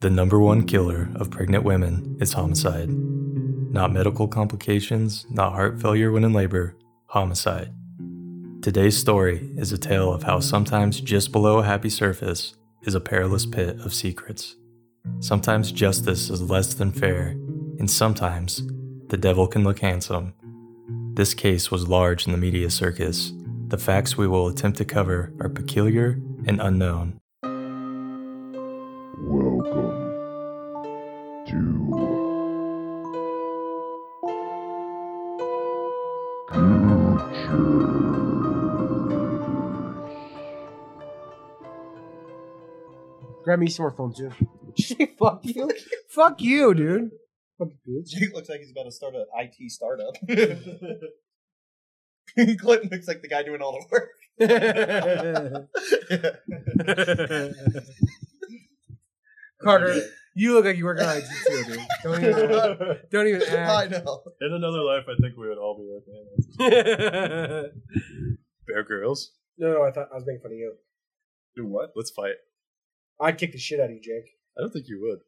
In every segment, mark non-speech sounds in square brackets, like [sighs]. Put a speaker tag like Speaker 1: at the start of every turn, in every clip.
Speaker 1: The number one killer of pregnant women is homicide. Not medical complications, not heart failure when in labor, homicide. Today's story is a tale of how sometimes just below a happy surface is a perilous pit of secrets. Sometimes justice is less than fair, and sometimes the devil can look handsome. This case was large in the media circus. The facts we will attempt to cover are peculiar and unknown.
Speaker 2: Welcome to
Speaker 3: Grab me some more foam too. [laughs] Fuck you. Fuck you, dude. Fuck you, bitch.
Speaker 4: [laughs] Jake looks like he's about to start an IT startup. [laughs] Clinton looks like the guy doing all the
Speaker 3: [laughs]
Speaker 4: work.
Speaker 3: Carter, you look like you work on IT too, dude. Don't [laughs] even, don't even
Speaker 4: I
Speaker 3: act.
Speaker 4: know.
Speaker 5: In another life, I think we would all be working on this.
Speaker 3: [laughs] no,
Speaker 5: Bear Grylls?
Speaker 3: no, I thought I was making fun of you.
Speaker 5: Do what? Let's fight.
Speaker 3: I'd kick the shit out of you, Jake.
Speaker 5: I don't think you would.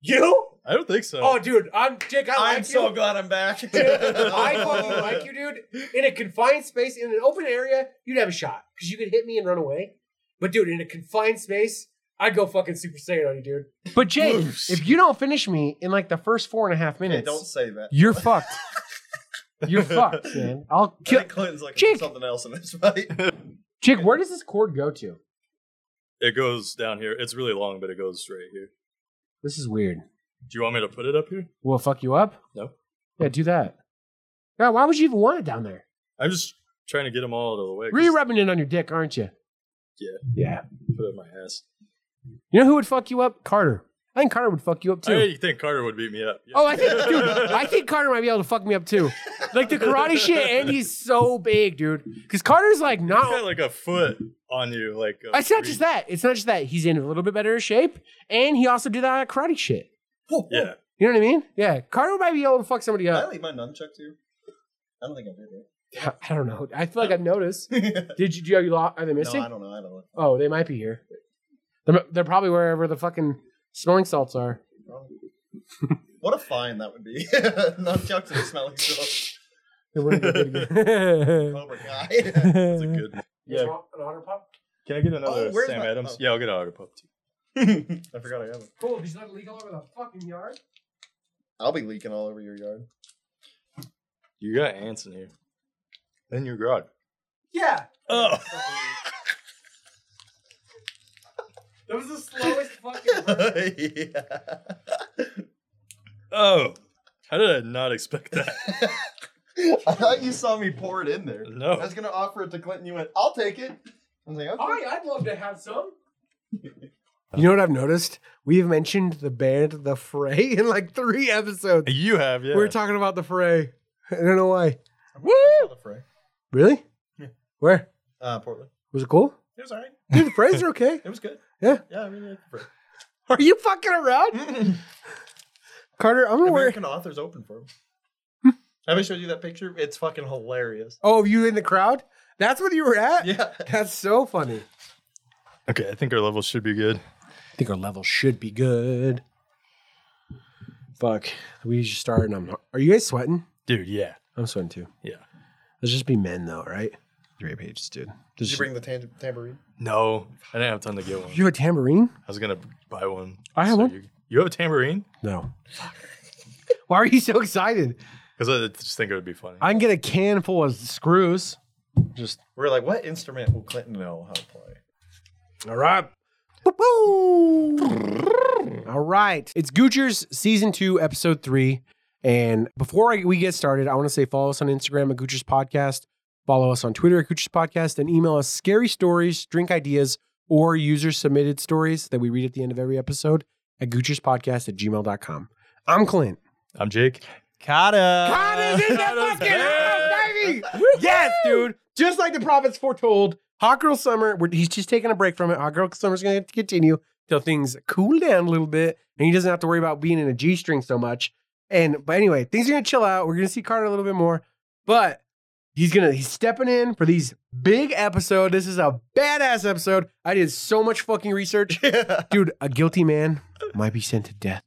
Speaker 3: You?
Speaker 5: I don't think so.
Speaker 3: Oh, dude, I'm Jake. I like
Speaker 4: I'm
Speaker 3: you.
Speaker 4: so glad I'm [laughs] back.
Speaker 3: [laughs] I fucking like you, dude. In a confined space, in an open area, you'd have a shot because you could hit me and run away. But dude, in a confined space, I'd go fucking Super Saiyan on you, dude. But Jake,
Speaker 4: Moose.
Speaker 3: if you don't finish me in like the first four and a half
Speaker 4: Hey,
Speaker 3: minutes,
Speaker 4: don't say that.
Speaker 3: You're fucked. You're fucked, man. I'll
Speaker 4: I
Speaker 3: kill.
Speaker 4: think Clinton's looking
Speaker 3: Jake.
Speaker 4: for something else in this fight.
Speaker 3: [laughs] Jake, where does this cord go to?
Speaker 5: It goes down here. It's really long, but it goes straight here.
Speaker 3: This is weird.
Speaker 5: Do you want me to put it up here?
Speaker 3: Will it fuck you up?
Speaker 5: No.
Speaker 3: Yeah, do that. God, why would you even want it down there?
Speaker 5: I'm just trying to get them all out of the way. 'cause
Speaker 3: You're rubbing it on your dick, aren't you?
Speaker 5: Yeah.
Speaker 3: Yeah.
Speaker 5: Put it in my ass.
Speaker 3: You know who would fuck you up? Carter. I think Carter would fuck you up too.
Speaker 5: I think Carter would beat me up. Yeah.
Speaker 3: Oh, I think,
Speaker 5: [laughs]
Speaker 3: dude, I think Carter might be able to fuck me up too. Like the karate shit, and he's so big, dude. Because Carter's like
Speaker 5: He's got [laughs]
Speaker 3: not.
Speaker 5: like a foot on you. Like uh, a
Speaker 3: It's not just that. It's not just that. He's in a little bit better shape, and he also did that karate shit.
Speaker 5: Yeah.
Speaker 3: You know what I mean? Yeah. Carter might be able to fuck somebody
Speaker 4: Did I
Speaker 3: up.
Speaker 4: leave my nunchuck too? I don't think I did it.
Speaker 3: [laughs] I don't know. I feel like I've noticed.
Speaker 4: [laughs]
Speaker 3: Did you? Do you are, you, lo- are they
Speaker 4: no,
Speaker 3: missing?
Speaker 4: I don't know. I don't know.
Speaker 3: oh, they might be here. They're, they're probably wherever the fucking smelling salts are.
Speaker 4: What a fine that would be. [laughs] nunchucks and
Speaker 3: [laughs]
Speaker 4: smelling stuff.
Speaker 3: They wouldn't be good again. [laughs]
Speaker 4: Cobra guy.
Speaker 5: It's a good one. Yeah.
Speaker 3: An otter pop?
Speaker 5: Can I get another
Speaker 4: Oh, where's
Speaker 5: Sam
Speaker 4: my-
Speaker 5: Adams?
Speaker 4: oh.
Speaker 5: Yeah, I'll get an auto pup too.
Speaker 4: I forgot I have it.
Speaker 3: Cool. He's not leak all over the fucking yard.
Speaker 4: I'll be leaking all over your yard. [laughs]
Speaker 5: You got ants in here. And your garage.
Speaker 3: Yeah.
Speaker 5: Oh.
Speaker 3: [laughs] That was the slowest fucking. [laughs]
Speaker 4: yeah.
Speaker 5: Oh. How did I not
Speaker 3: [laughs]
Speaker 5: expect that?
Speaker 4: [laughs] I thought you saw me pour it in there. I
Speaker 5: No.
Speaker 4: was gonna offer it to Clinton. You went, "I'll take it." I was like, "Okay."
Speaker 3: I'd love to have some. You know what I've noticed? We've mentioned the band The Fray in like three episodes.
Speaker 5: You have, yeah.
Speaker 3: We were talking about The Fray. [laughs] I don't know why. Woo! Really?
Speaker 4: Yeah.
Speaker 3: Where?
Speaker 4: Uh, Portland.
Speaker 3: Was it cool?
Speaker 4: It was alright.
Speaker 3: Dude, the Freys are okay.
Speaker 4: It was good.
Speaker 3: Yeah.
Speaker 4: Yeah, I really like the
Speaker 3: [laughs] Are you fucking around?
Speaker 4: [laughs] Fray.
Speaker 3: Carter, I'm gonna wear.
Speaker 4: American authors open for him. Have I showed you that picture? It's fucking hilarious.
Speaker 3: [laughs] Oh, you in the crowd? That's where you were at?
Speaker 4: Yeah.
Speaker 3: That's so funny.
Speaker 5: Okay, I think our level should be good.
Speaker 3: I think our level should be good. Fuck. We just started. and I'm. Are you guys sweating?
Speaker 5: Dude, yeah.
Speaker 3: I'm sweating too.
Speaker 5: Yeah.
Speaker 3: Let's just be men though, right? Three pages, dude.
Speaker 4: Did you bring the tam- tambourine?
Speaker 5: No, I didn't have time to get one.
Speaker 3: You have a tambourine?
Speaker 5: I was gonna buy one.
Speaker 3: I have one.
Speaker 5: You, you have a tambourine?
Speaker 3: No. Why are you so excited?
Speaker 5: Because I just think it would be funny.
Speaker 3: I can get a can full of screws. Just
Speaker 4: We're like, what instrument will Clinton know how to play?
Speaker 3: all right. Boop, boop. All right. It's Goochers season two, episode three. And before I, we get started, I want to say follow us on Instagram at Goochers Podcast, follow us on Twitter at Goochers Podcast, and email us scary stories, drink ideas, or user submitted stories that we read at the end of every episode at goocherspodcast at gmail.com. I'm Clint.
Speaker 5: I'm Jake.
Speaker 3: God is in the
Speaker 5: Kata's
Speaker 3: fucking
Speaker 5: back.
Speaker 3: house, baby. Yes, dude. Just like the prophets foretold, Hot Girl Summer. we're- he's just taking a break from it. Hot Girl Summer's going to continue till things cool down a little bit, and he doesn't have to worry about being in a g string so much. And but anyway, things are going to chill out. We're going to see Carter a little bit more, but He's gonna he's stepping in for these big episode. This is a badass episode. I did so much fucking
Speaker 5: [laughs]
Speaker 3: research, dude. A guilty man might be sent to death.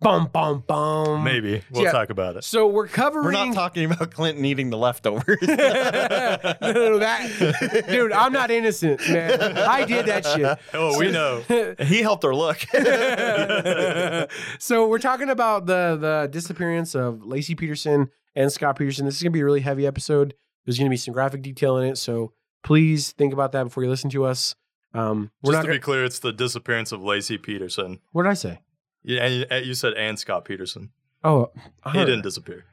Speaker 3: Bum bum bum.
Speaker 5: Maybe we'll
Speaker 3: Yeah.
Speaker 5: talk about it.
Speaker 3: So we're covering.
Speaker 5: We're not talking about Clinton eating
Speaker 4: [laughs]
Speaker 5: the leftovers.
Speaker 3: [laughs] no, no, no, that dude. I'm not innocent, man. I did that shit.
Speaker 5: [laughs] Oh, we know. He helped
Speaker 4: [laughs]
Speaker 5: her look.
Speaker 3: [laughs] so we're talking about the the disappearance of Lacey Peterson and Scott Peterson. This is gonna be a really heavy episode. There's gonna be some graphic detail in it, so please think about that before you listen to us. Um, we're
Speaker 5: Just
Speaker 3: not.
Speaker 5: to
Speaker 3: Gonna,
Speaker 5: be clear, it's the disappearance of Lacey Peterson.
Speaker 3: what did I say?
Speaker 5: Yeah, and you, and you said and Scott Peterson.
Speaker 3: Oh, I
Speaker 5: He
Speaker 3: heard- [laughs]
Speaker 5: didn't disappear.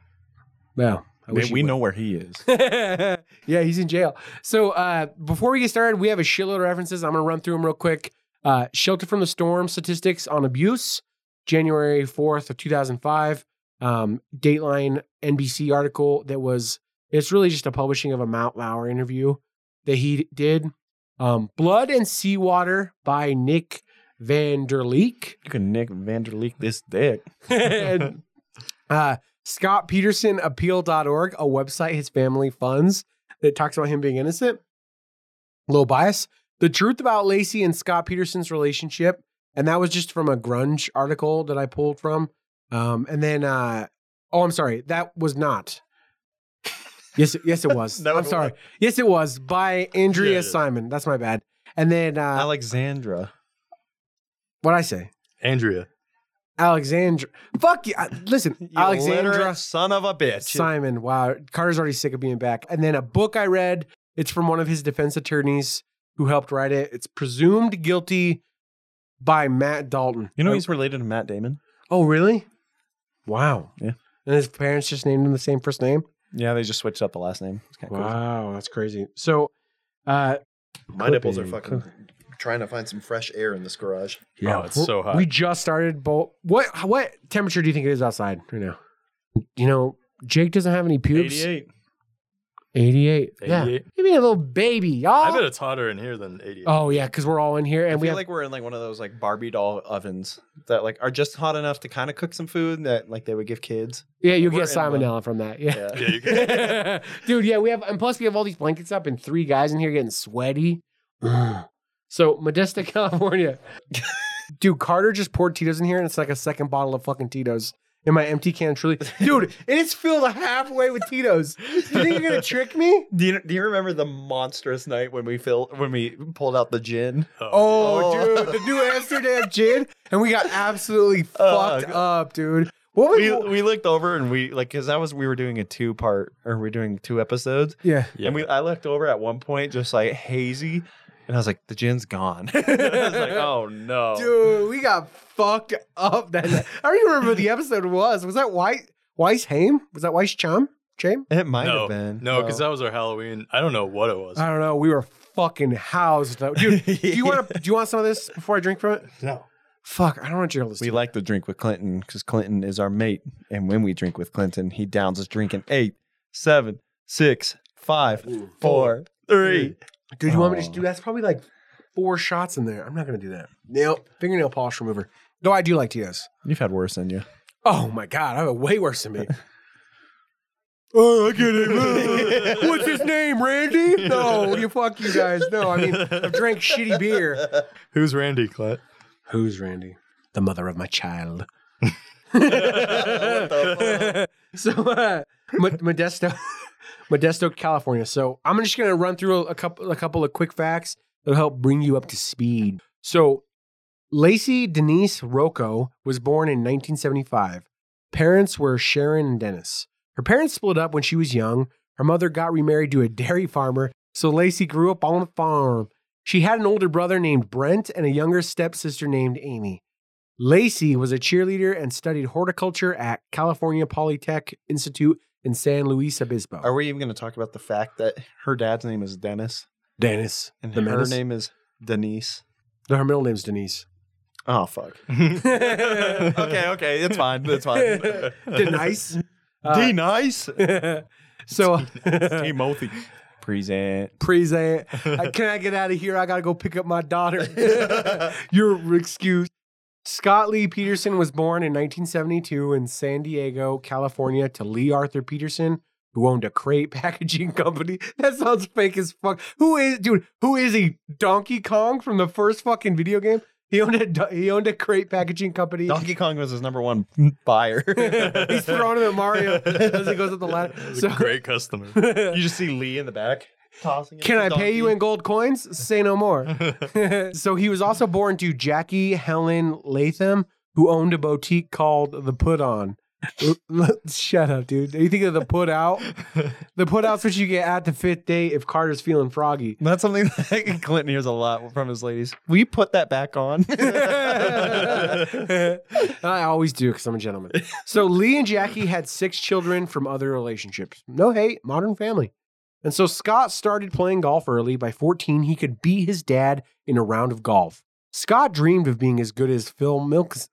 Speaker 3: No, I wish he would.
Speaker 4: where he is.
Speaker 3: [laughs] yeah, he's in jail. So uh, before we get started, we have a shitload of references. I'm going to run through them real quick. Uh, Shelter from the Storm statistics on abuse, January 4th of 2005. Um, Dateline NBC article that was, it's really just a publishing of a Mount Lauer interview that he did. Um, Blood and Seawater by Nick Van Der Leek.
Speaker 4: You can Nick Vanderleek this dick.
Speaker 3: and, uh, Scott Peterson appeal.org, a website his family funds that talks about him being innocent. Low bias. The truth about Lacey and Scott Peterson's relationship. And that was just from a grunge article that I pulled from. Um, and then, uh, oh, I'm sorry. That was not. Yes, yes, it was.
Speaker 5: [laughs] No,
Speaker 3: I'm
Speaker 5: it
Speaker 3: sorry. Yes, it was by Andrea
Speaker 5: Yeah, it is.
Speaker 3: Simon. That's my bad. And then, uh,
Speaker 4: Alexandra.
Speaker 3: what I say?
Speaker 5: Andrea.
Speaker 3: Alexandra. Fuck you. I-
Speaker 4: [laughs]
Speaker 3: Listen, Alexandra.
Speaker 5: illiterate son of a bitch.
Speaker 3: Simon, wow. Carter's already sick of being back. And then a book I read, it's from one of his defense attorneys who helped write it. It's Presumed Guilty by Matt Dalton.
Speaker 4: You know
Speaker 3: oh,
Speaker 4: he's related to Matt Damon.
Speaker 3: Oh, really? Wow.
Speaker 4: Yeah.
Speaker 3: And his parents just named him the same first name?
Speaker 4: Yeah, they just switched up the last name. It's kinda cool.
Speaker 3: Wow, that's crazy. So, uh,
Speaker 6: My nipples are
Speaker 3: Clipping.
Speaker 6: fucking trying to find some fresh air in this garage.
Speaker 5: Yeah. Oh, it's
Speaker 3: we're-
Speaker 5: so hot.
Speaker 3: We just started bolt. What what temperature do you think it is outside right now? You know, Jake doesn't have any pubes.
Speaker 5: 88.
Speaker 3: 88. Yeah.
Speaker 5: 88.
Speaker 3: Give me a little baby, y'all.
Speaker 5: I bet it's hotter in here than 88.
Speaker 3: Oh yeah, because we're all in here
Speaker 4: I
Speaker 3: and
Speaker 4: feel
Speaker 3: we have
Speaker 4: like we're in like one of those like Barbie doll ovens that like are just hot enough to kind of cook some food that like they would give [laughs] kids.
Speaker 3: yeah, you get
Speaker 4: we're in one.
Speaker 3: salmonella from that. Yeah.
Speaker 5: Yeah, you can.
Speaker 3: [laughs] Dude, yeah, we have and plus we have all these blankets up and three guys in here getting sweaty. so Modesta, [laughs] California. Dude, Carter just poured Tito's in here and it's like a second bottle of fucking Tito's in my empty can truly.
Speaker 4: [laughs]
Speaker 3: Dude, and it's filled halfway with Tito's. You think you're gonna trick me?
Speaker 4: Do you do you remember the monstrous night when we fill when we pulled out the gin?
Speaker 3: Oh,
Speaker 4: Oh.
Speaker 3: dude, the new Amsterdam gin, and we got absolutely
Speaker 4: Oh,
Speaker 3: fucked up, dude. What was
Speaker 4: We [laughs] we looked over and we like because that was we were doing a two part or we are doing two episodes
Speaker 3: yeah?
Speaker 5: Yeah.
Speaker 4: and we I looked over at one point just like hazy and I was like the gin's gone. [laughs] I was like oh no.
Speaker 3: [laughs] Dude, we got fucked up that night. I don't even remember what the episode was. Was that Weiss, Weiss Haim? Was that Weiss Chum? Chame?
Speaker 4: It might
Speaker 5: no,
Speaker 4: have been.
Speaker 5: no, because that was our Halloween. I don't know what it was.
Speaker 3: I [laughs] don't know. We were fucking housed. though. Dude,
Speaker 4: [laughs]
Speaker 3: do you want to? Do you want some of this before I drink from it?
Speaker 5: No.
Speaker 3: Fuck, I don't want to drink this.
Speaker 4: we like to drink with Clinton because Clinton is our mate. And when we drink with Clinton, he downs us drinking eight, seven, six, five, four, three.
Speaker 3: Dude, you want me to
Speaker 4: Aw.
Speaker 3: just do that's probably like four shots in there. I'm not gonna do that. Nail fingernail polish remover. Though I do like Tito's.
Speaker 4: You've had worse than you.
Speaker 3: Oh my god, I have it way worse than me. oh, I get it. What's his name, Randy? No, you fuck you guys. No, I mean I've drank shitty beer.
Speaker 5: [laughs] Who's Randy Clint?
Speaker 3: Who's Randy? The mother of my child. [laughs] so, uh, Mo- Modesto, [laughs] Modesto, California. So, I'm just going to run through a couple, a couple of quick facts that'll help bring you up to speed. So, Lacey Denise Rocco was born in 1975. Parents were Sharon and Dennis. Her parents split up when she was young. Her mother got remarried to a dairy farmer, so Lacey grew up on a farm. She had an older brother named Brent and a younger stepsister named Amy. Lacey was a cheerleader and studied horticulture at California Polytech Institute in San Luis Obispo.
Speaker 4: [laughs] Are we even going to talk about the fact that her dad's name is Dennis
Speaker 3: Dennis.
Speaker 4: and
Speaker 3: The
Speaker 4: her
Speaker 3: menace?
Speaker 4: name is Denise?
Speaker 3: No, her middle name's
Speaker 4: [laughs]
Speaker 3: Denise. [laughs]
Speaker 4: Oh, fuck. [laughs] okay, okay. It's fine. It's [laughs] fine.
Speaker 3: Denise.
Speaker 4: D nice.
Speaker 3: Uh, [laughs] so,
Speaker 5: Timothy.
Speaker 4: Present.
Speaker 3: Preze, I- can I get out of here? I gotta go pick up my daughter. [laughs] Your excuse. Scott Lee Peterson was born in 1972 in San Diego, California, to Lee Arthur Peterson, who owned a crate [laughs] packaging company. That sounds fake as fuck. Who is dude? Who is he? Donkey Kong from the first fucking video game. He owned a do- he owned a crate packaging company.
Speaker 4: Donkey Kong was his number one [laughs] buyer.
Speaker 3: [laughs] He's throwing him at Mario as he goes up the ladder. So, [laughs]
Speaker 5: Great customer.
Speaker 4: You just see Lee in the back.
Speaker 7: Tossing it
Speaker 3: Can
Speaker 7: to
Speaker 3: I pay you
Speaker 7: donkey.
Speaker 3: in gold coins? Say no more. [laughs] so he was also born to Jackie Helen Latham, who owned a boutique called The Put On. [laughs] Shut up, dude. You think of the put out? The put out's what you get at the fifth date if Carter's feeling froggy.
Speaker 4: That's something [laughs] that Clinton hears a lot from his ladies. Will you put that
Speaker 7: [laughs]
Speaker 4: back on?
Speaker 3: [laughs] I always do because I'm a gentleman. So Lee and Jackie had six children from other relationships. No hate, modern family. And so Scott started playing golf early. By 14, he could beat his dad in a round of golf. Scott dreamed of being as good as Phil Milkes.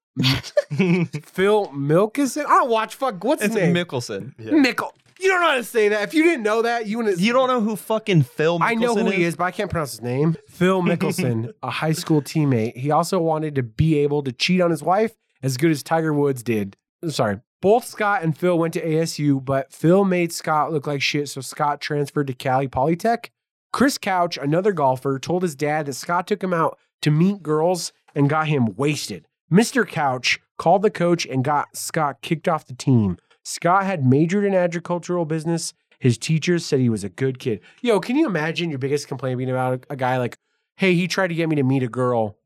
Speaker 3: Phil Milkison? I don't watch fuck. What's his
Speaker 4: it's
Speaker 3: name?
Speaker 4: Mickelson.
Speaker 3: Mickle. You don't know how to say that. If you didn't know that, you wouldn't.
Speaker 4: You don't know who fucking Phil Mickelson
Speaker 3: I know who he is, but I can't pronounce his name.
Speaker 4: [laughs]
Speaker 3: Phil Mickelson, a high school teammate. He also wanted to be able to cheat on his wife as good as Tiger Woods did. Sorry. Both Scott and Phil went to ASU, but Phil made Scott look like shit, so Scott transferred to Cali Polytech. Chris Couch, another golfer, told his dad that Scott took him out to meet girls and got him wasted. Mr. Couch called the coach and got Scott kicked off the team. Scott had majored in agricultural business. His teachers said he was a good kid. Yo, can you imagine your biggest complaint being about a, a guy like, hey, he tried to get me to meet a girl?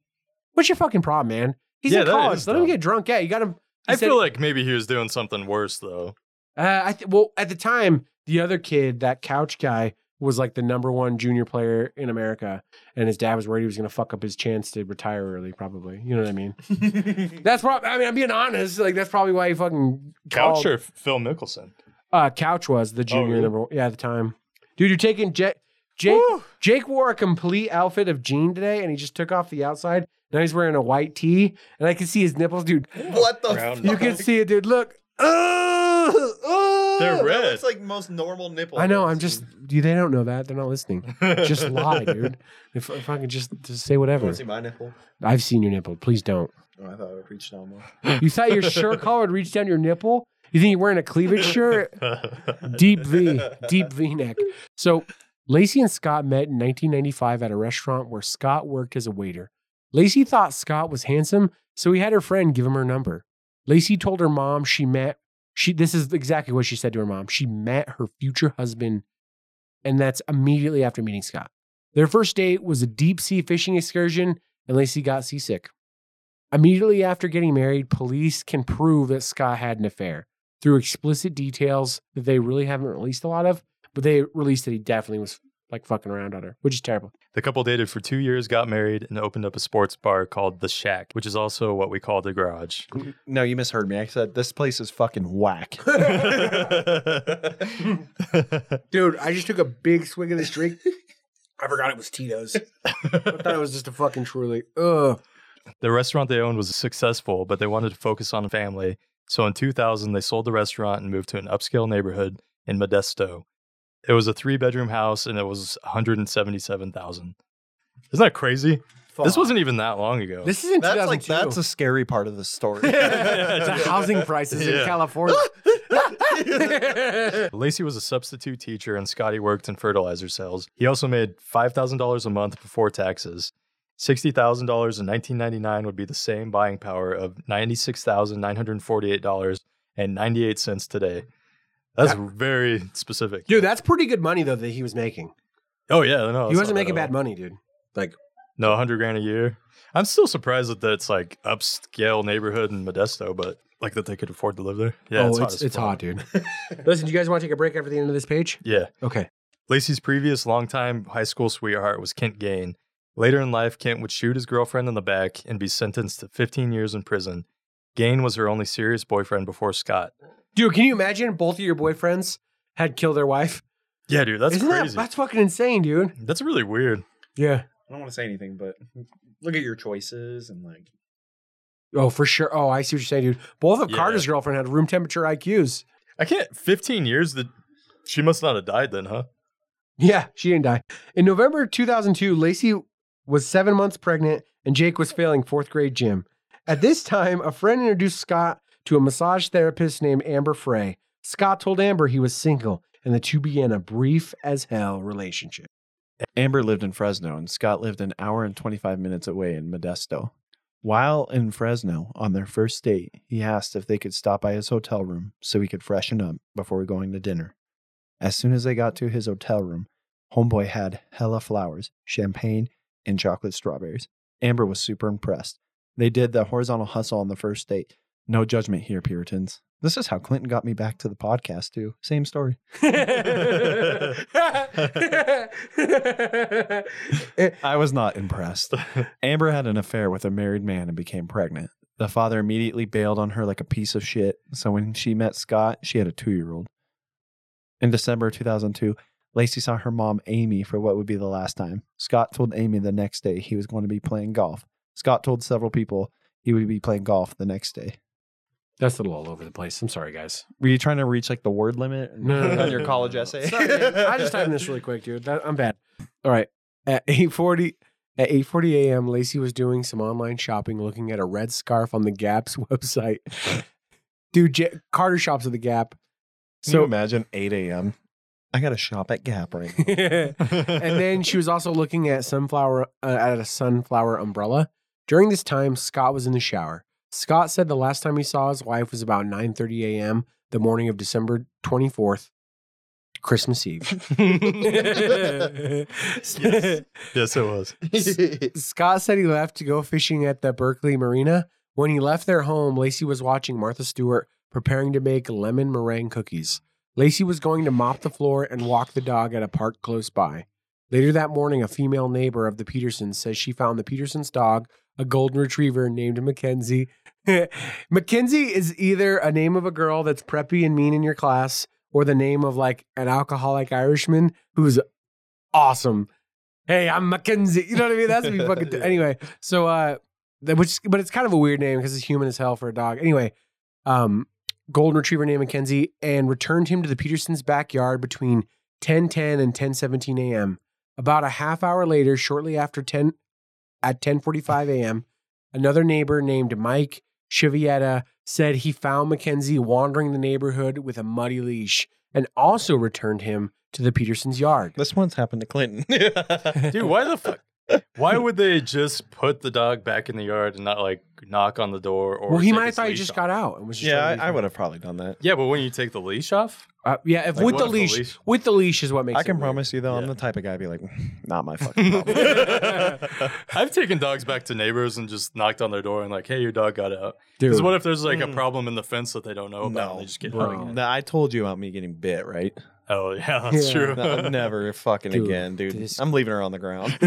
Speaker 3: What's your fucking problem, man? He's
Speaker 8: Yeah,
Speaker 3: in
Speaker 8: that
Speaker 3: college.
Speaker 8: is
Speaker 3: Let him
Speaker 8: dumb.
Speaker 3: get drunk. Yeah, you got him. he
Speaker 5: I
Speaker 3: said-
Speaker 5: feel like maybe he was doing something worse though.
Speaker 3: uh, I th- well, at the time, the other kid, that couch guy, was like the number one junior player in America, and his dad was worried he was going to fuck up his chance to retire early. Probably, you know what I mean? that's probably. I mean, I'm being honest. Like that's probably why he fucking
Speaker 5: Couch
Speaker 3: called-
Speaker 5: or Phil Mickelson?
Speaker 3: Uh, couch was the junior
Speaker 5: really?
Speaker 3: number one. Yeah, at the time, dude, you're taking Jake. Jake Jake wore a complete outfit of jean today, and he just took off the outside. Now he's wearing a white tee, and I can see his nipples, dude.
Speaker 7: What the?
Speaker 5: Round.
Speaker 7: fuck?
Speaker 3: You
Speaker 4: [laughs]
Speaker 3: can see it, dude. Look. Ugh! Ugh!
Speaker 5: They're
Speaker 7: That
Speaker 5: red.
Speaker 7: looks like most normal nipple.
Speaker 3: I know.
Speaker 7: I've
Speaker 3: I'm just. Dude, they don't know that. They're not listening. [laughs] Just
Speaker 5: [laughs]
Speaker 3: lie, dude. If, if I can just, just say
Speaker 7: seen. You
Speaker 3: whatever.
Speaker 7: wanna see my nipple?
Speaker 3: I've seen your nipple. Please don't.
Speaker 7: Oh, I thought I would reach down more.
Speaker 3: You thought your shirt collar would reach down your nipple? You think you're wearing a cleavage shirt? Deep V, deep V neck. So Lacey and Scott met in 1995 at a restaurant where Scott worked as a waiter. Lacey thought Scott was handsome, so he had her friend give him her number. Lacey told her mom she met she this is exactly what she said to her mom. She met her future husband, and that's immediately after meeting Scott. Their first date was a deep sea fishing excursion, and Lacey got seasick. Immediately after getting married, police can prove that Scott had an affair through explicit details that they really haven't released a lot of, but they released that he definitely was like fucking around on her, which is terrible.
Speaker 5: The couple dated for two years, got married, and opened up a sports bar called The Shack, which is also what we call
Speaker 3: [laughs]
Speaker 5: the garage. [laughs]
Speaker 4: No, you misheard me. I said this place is
Speaker 7: [laughs]
Speaker 4: fucking whack.
Speaker 3: Dude, I just took a big swig of this drink. [laughs] I forgot it was Tito's. [laughs] I thought it was just a fucking truly. Ugh.
Speaker 5: The restaurant they owned was successful, but they wanted to focus on family. So in 2000, they sold the restaurant and moved to an upscale neighborhood in Modesto. It was a three bedroom house and it was 177,000. Isn't that crazy? This wasn't even that long ago.
Speaker 3: This is in
Speaker 4: That's like
Speaker 3: 2002.
Speaker 4: that's a scary part of
Speaker 3: [laughs]
Speaker 4: the story.
Speaker 3: the housing prices in
Speaker 5: Yeah.
Speaker 3: California.
Speaker 5: Lacey was a substitute teacher and Scotty worked in fertilizer sales. He also made $5,000 a month before taxes. $60,000 in 1999 would be the same buying power of $96,948.98 today. That's very specific.
Speaker 3: Dude, that's pretty good money though that he was making.
Speaker 5: Oh, yeah. No,
Speaker 3: he
Speaker 5: it's
Speaker 3: wasn't
Speaker 5: not
Speaker 3: making bad
Speaker 5: at all.
Speaker 3: money, dude. Like
Speaker 5: No, 100 grand a year. I'm still surprised that that's like upscale neighborhood in Modesto, but like that they could afford to live there. Yeah,
Speaker 3: oh,
Speaker 5: it's, hot
Speaker 3: it's,
Speaker 5: as
Speaker 3: it's
Speaker 5: fuck.
Speaker 3: hot, dude. Listen, do you guys want to take a break after the end of this page?
Speaker 5: Yeah.
Speaker 3: Okay.
Speaker 5: Lacey's previous longtime high school sweetheart was Kent Gain. Later in life, Kent would shoot his girlfriend in the back and be sentenced to 15 years in prison. Gain was her only serious boyfriend before Scott.
Speaker 3: Dude, can you imagine both of your boyfriends had killed their wife?
Speaker 5: Yeah, dude, that's
Speaker 3: Isn't
Speaker 5: crazy.
Speaker 3: That, that's fucking insane, dude.
Speaker 5: that's really weird.
Speaker 3: Yeah.
Speaker 7: I don't want to say anything, but look at your choices and like.
Speaker 3: Oh, for sure. Oh, I see what you're saying, dude. Both of
Speaker 5: Yeah.
Speaker 3: Carter's girlfriend had room temperature IQs.
Speaker 5: I can't. 15 years. That she must not have died then, huh?
Speaker 3: Yeah, she didn't die. In November 2002, Lacey was seven months pregnant and Jake was failing fourth grade gym. At this time, a friend introduced Scott to a massage therapist named Amber Frey. Scott told Amber he was single and the two began a brief as hell relationship.
Speaker 4: Amber lived in Fresno and Scott lived an hour and 25 minutes away in Modesto. While in Fresno on their first date, he asked if they could stop by his hotel room so he could freshen up before going to dinner. As soon as they got to his hotel room, Homeboy had hella flowers, champagne, and chocolate strawberries. Amber was super impressed. They did the horizontal hustle on the first date. No judgment here, Puritans. This is how Clinton got me back to the podcast, too. Same story.
Speaker 3: [laughs]
Speaker 4: I was not impressed. Amber had an affair with a married man and became pregnant. The father immediately bailed on her like a piece of shit. So when she met Scott, she had a two year old. In December 2002, Lacey saw her mom, Amy, for what would be the last time. Scott told Amy the next day he was going to be playing golf. Scott told several people he would be playing golf the next day.
Speaker 3: That's a little all over the place. I'm sorry, guys.
Speaker 4: Were you trying to reach like the word limit
Speaker 3: No, no, no,
Speaker 4: on your
Speaker 5: no,
Speaker 4: college
Speaker 5: no.
Speaker 4: essay? [laughs]
Speaker 3: Sorry, man. I just typed in this really quick, dude. That, I'm bad. All right. At 8:40 at 8:40 a.m., Lacey was doing some online shopping, looking at a red scarf on the Gap's [laughs] website. dude, J- Carter shops at the Gap.
Speaker 4: Can you imagine 8 a.m. I got to shop at Gap right
Speaker 3: [laughs]
Speaker 4: now.
Speaker 3: and
Speaker 5: [laughs]
Speaker 3: then she was also looking at sunflower uh, at a sunflower umbrella. During this time, Scott was in the shower. Scott said the last time he saw his wife was about 9:30 a.m. the morning of December 24th, Christmas Eve. [laughs]
Speaker 5: Yes. yes, it
Speaker 3: [laughs]
Speaker 5: was.
Speaker 3: Scott said he left to go fishing at the Berkeley Marina. When he left their home, Lacey was watching Martha Stewart preparing to make lemon meringue cookies. Lacey was going to mop the floor and walk the dog at a park close by. Later that morning, a female neighbor of the Petersons says she found the Petersons' dog, a golden retriever named Mackenzie. Mackenzie is either a name of a girl that's preppy and mean in your class or the name of like an alcoholic Irishman who's awesome. Hey, I'm Mackenzie. You know what I mean? That's what we fucking do. Anyway, so uh, that which but it's kind of a weird name because it's human as hell for a dog. Anyway, um, golden retriever named Mackenzie and returned him to the Petersons' backyard between 10:10 and 10:17 a.m. About a half hour later, shortly after 10 at 10:45 a.m., another neighbor named Mike Chivietta said he found Mackenzie wandering the neighborhood with a muddy leash and also returned him to the Petersons' yard.
Speaker 4: This one's happened to Clinton. [laughs]
Speaker 5: Dude, why the fuck? Why would they just put the dog back in the yard and not like knock on the door or?
Speaker 3: Well, he
Speaker 5: take
Speaker 3: might have
Speaker 5: his
Speaker 3: thought he
Speaker 5: leash
Speaker 3: just
Speaker 5: off?
Speaker 3: got out and was just
Speaker 4: yeah,
Speaker 3: trying to
Speaker 4: I, I
Speaker 3: be
Speaker 4: would have probably done that.
Speaker 5: Yeah, but when you take the leash off,
Speaker 3: fun. Uh, yeah, if
Speaker 5: Like,
Speaker 3: with
Speaker 5: what
Speaker 3: the
Speaker 5: if the
Speaker 3: leash,
Speaker 5: leash-
Speaker 3: with the leash is what makes.
Speaker 4: I can
Speaker 3: it weird.
Speaker 4: promise you though, I'm
Speaker 5: Yeah.
Speaker 4: the type of guy to be like, [laughs] not
Speaker 3: [laughs]
Speaker 4: my fucking problem.
Speaker 5: I've taken dogs back to neighbors and just knocked on their door and like, hey, your dog got out. Because
Speaker 3: Dude.
Speaker 5: what if there's like a
Speaker 4: Mm.
Speaker 5: problem in the fence that they don't know about? And
Speaker 4: No,
Speaker 5: they just get
Speaker 3: bro.
Speaker 5: out again.
Speaker 4: Now, I told you about me getting bit, right?
Speaker 5: Oh yeah, that's
Speaker 3: Yeah. [laughs]
Speaker 5: true.
Speaker 4: No,
Speaker 5: [laughs]
Speaker 4: never fucking
Speaker 3: Dude,
Speaker 4: again, dude.
Speaker 3: this-
Speaker 4: I'm leaving her on the
Speaker 3: [laughs]
Speaker 4: ground.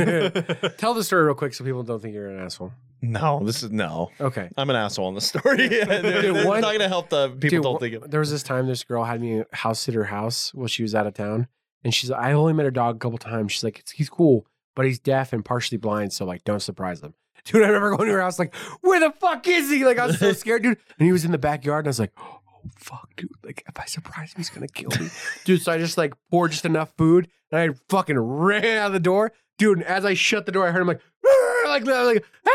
Speaker 3: Tell the story real quick so people don't think you're an asshole.
Speaker 4: no, this is no.
Speaker 3: Okay.
Speaker 4: I'm an asshole in the story. [laughs] dude, it's
Speaker 3: one-
Speaker 4: not gonna help the people
Speaker 3: Dude,
Speaker 4: don't
Speaker 3: wh-
Speaker 4: think of
Speaker 3: There was this time this girl had me house sit her house while she was out of town, and she's I only met her dog a couple times. She's like, "It's- he's cool, but he's deaf and partially blind, so like, don't surprise him. [laughs] Dude, I remember going to her house like, where the fuck is he? Like, I was
Speaker 4: [laughs]
Speaker 3: so scared, dude. And he was in the backyard, and I was like, oh fuck, dude. Like, if I surprise him, he's gonna kill
Speaker 4: [laughs]
Speaker 3: me, dude. So I just like poured just enough food, and I fucking ran out the door, dude. And as I shut the door, I heard him like, [laughs] "Arr!" like, like, ah!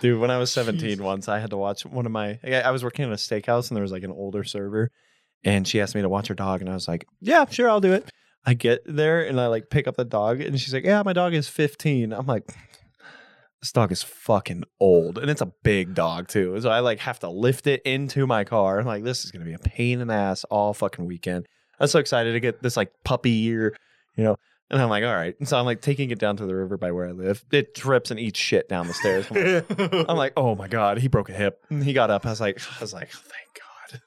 Speaker 4: Dude, when I was 17 once, I had to watch one of my. I I was working at a steakhouse and there was like an older server, and she asked me to watch her dog, and I was like, "Yeah, sure, I'll do it." I get there and I like pick up the dog, and she's like, "Yeah, my dog is 15." I'm like, "This dog is fucking old, and it's a big dog too." So I like have to lift it into my car. I'm like, "This is gonna be a pain in the ass all fucking weekend." I'm so excited to get this like puppy year, you know. And I'm like, all right. And so I'm like taking it down to the river by where I live. It drips and eats shit down the stairs. I'm like, I'm like, oh my god, he broke a hip. And he got up. I was like, I was like, "Oh, thank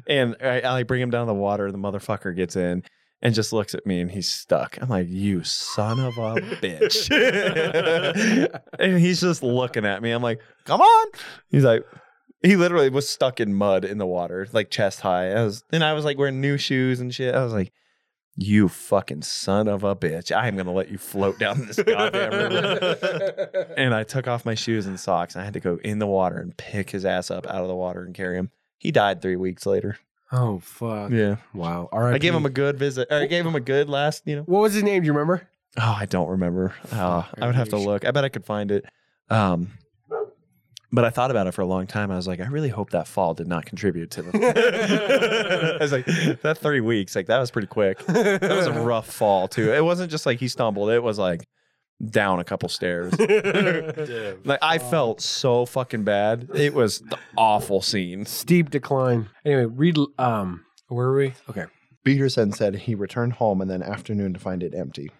Speaker 4: God. And I, I like bring him down to the water. The motherfucker gets in and just looks at me, and he's stuck. I'm like, you son of a bitch. [laughs] and he's just looking at me. I'm like, come on. He's like, he literally was stuck in mud in the water, like chest high. I was, and I was like wearing new shoes and shit. I was like. You fucking son of a bitch. I am gonna let you float down this goddamn river and I took off my shoes and socks. And I had to go in the water and pick his ass up out of the water and carry him. He died three weeks later.
Speaker 3: Oh
Speaker 4: [laughs]
Speaker 3: fuck!
Speaker 4: Yeah,
Speaker 3: Wow. All right.
Speaker 4: I gave him a good visit. Or I gave him a good last. You know.
Speaker 3: What was his name? Do you remember?
Speaker 4: Oh, I don't remember. Uh, I would have to look. I bet I could find it. Um, But I thought about it for a long time. I was like, I really hope that fall did not contribute to the. I was like, that three weeks, like that was pretty quick. That
Speaker 3: [laughs]
Speaker 4: was a rough fall too. It wasn't just like he stumbled. It was like down a couple stairs. Like I felt so fucking bad. It was the awful scene.
Speaker 3: Steep decline. Anyway, read. Um, where were we? Okay.
Speaker 4: Peterson said he returned home and then afternoon to find it empty.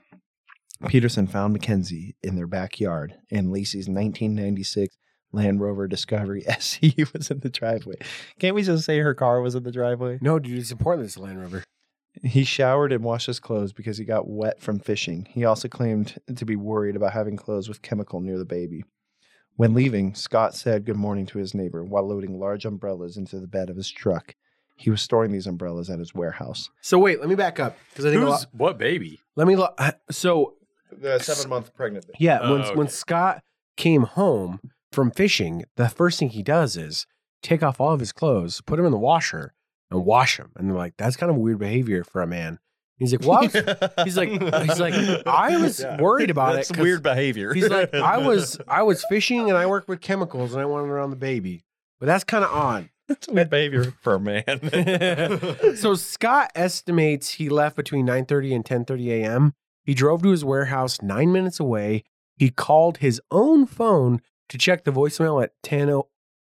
Speaker 4: Peterson found Mackenzie in their backyard, and Lacey's 1996 Land Rover Discovery [laughs] SE was in the driveway. Can't we just say her car was in the driveway?
Speaker 3: No, dude, it's important. This Land Rover.
Speaker 4: He showered and washed his clothes because he got wet from fishing. He also claimed to be worried about having clothes with chemical near the baby. When leaving, Scott said good morning to his neighbor while loading large umbrellas into the bed of his truck. He was storing these umbrellas at his warehouse.
Speaker 3: So wait, let me back up because I think. a lot-
Speaker 5: Who's what baby?
Speaker 3: let me. Lo- [laughs] so
Speaker 6: The seven month pregnant. baby.
Speaker 3: Yeah,
Speaker 5: Oh,
Speaker 3: when when
Speaker 5: okay.
Speaker 3: Scott came home from fishing, the first thing he does is take off all of his clothes, put them in the washer, and wash them. And they're like, "That's kind of weird behavior for a man." He's like, "What?" he's like, uh,
Speaker 6: [laughs]
Speaker 3: "He's like, I was worried about
Speaker 4: That's
Speaker 3: it." 'cause
Speaker 4: weird behavior.
Speaker 3: He's like,
Speaker 4: [laughs]
Speaker 3: "I was I was fishing and I work with chemicals and I wanted around the baby, but that's kind of odd."
Speaker 4: That's weird behavior for
Speaker 3: [laughs]
Speaker 4: a man. [laughs]
Speaker 3: So Scott estimates he left between 9:30 and 10:30 a.m. He drove to his warehouse 9 minutes away. He called his own phone to check the voicemail at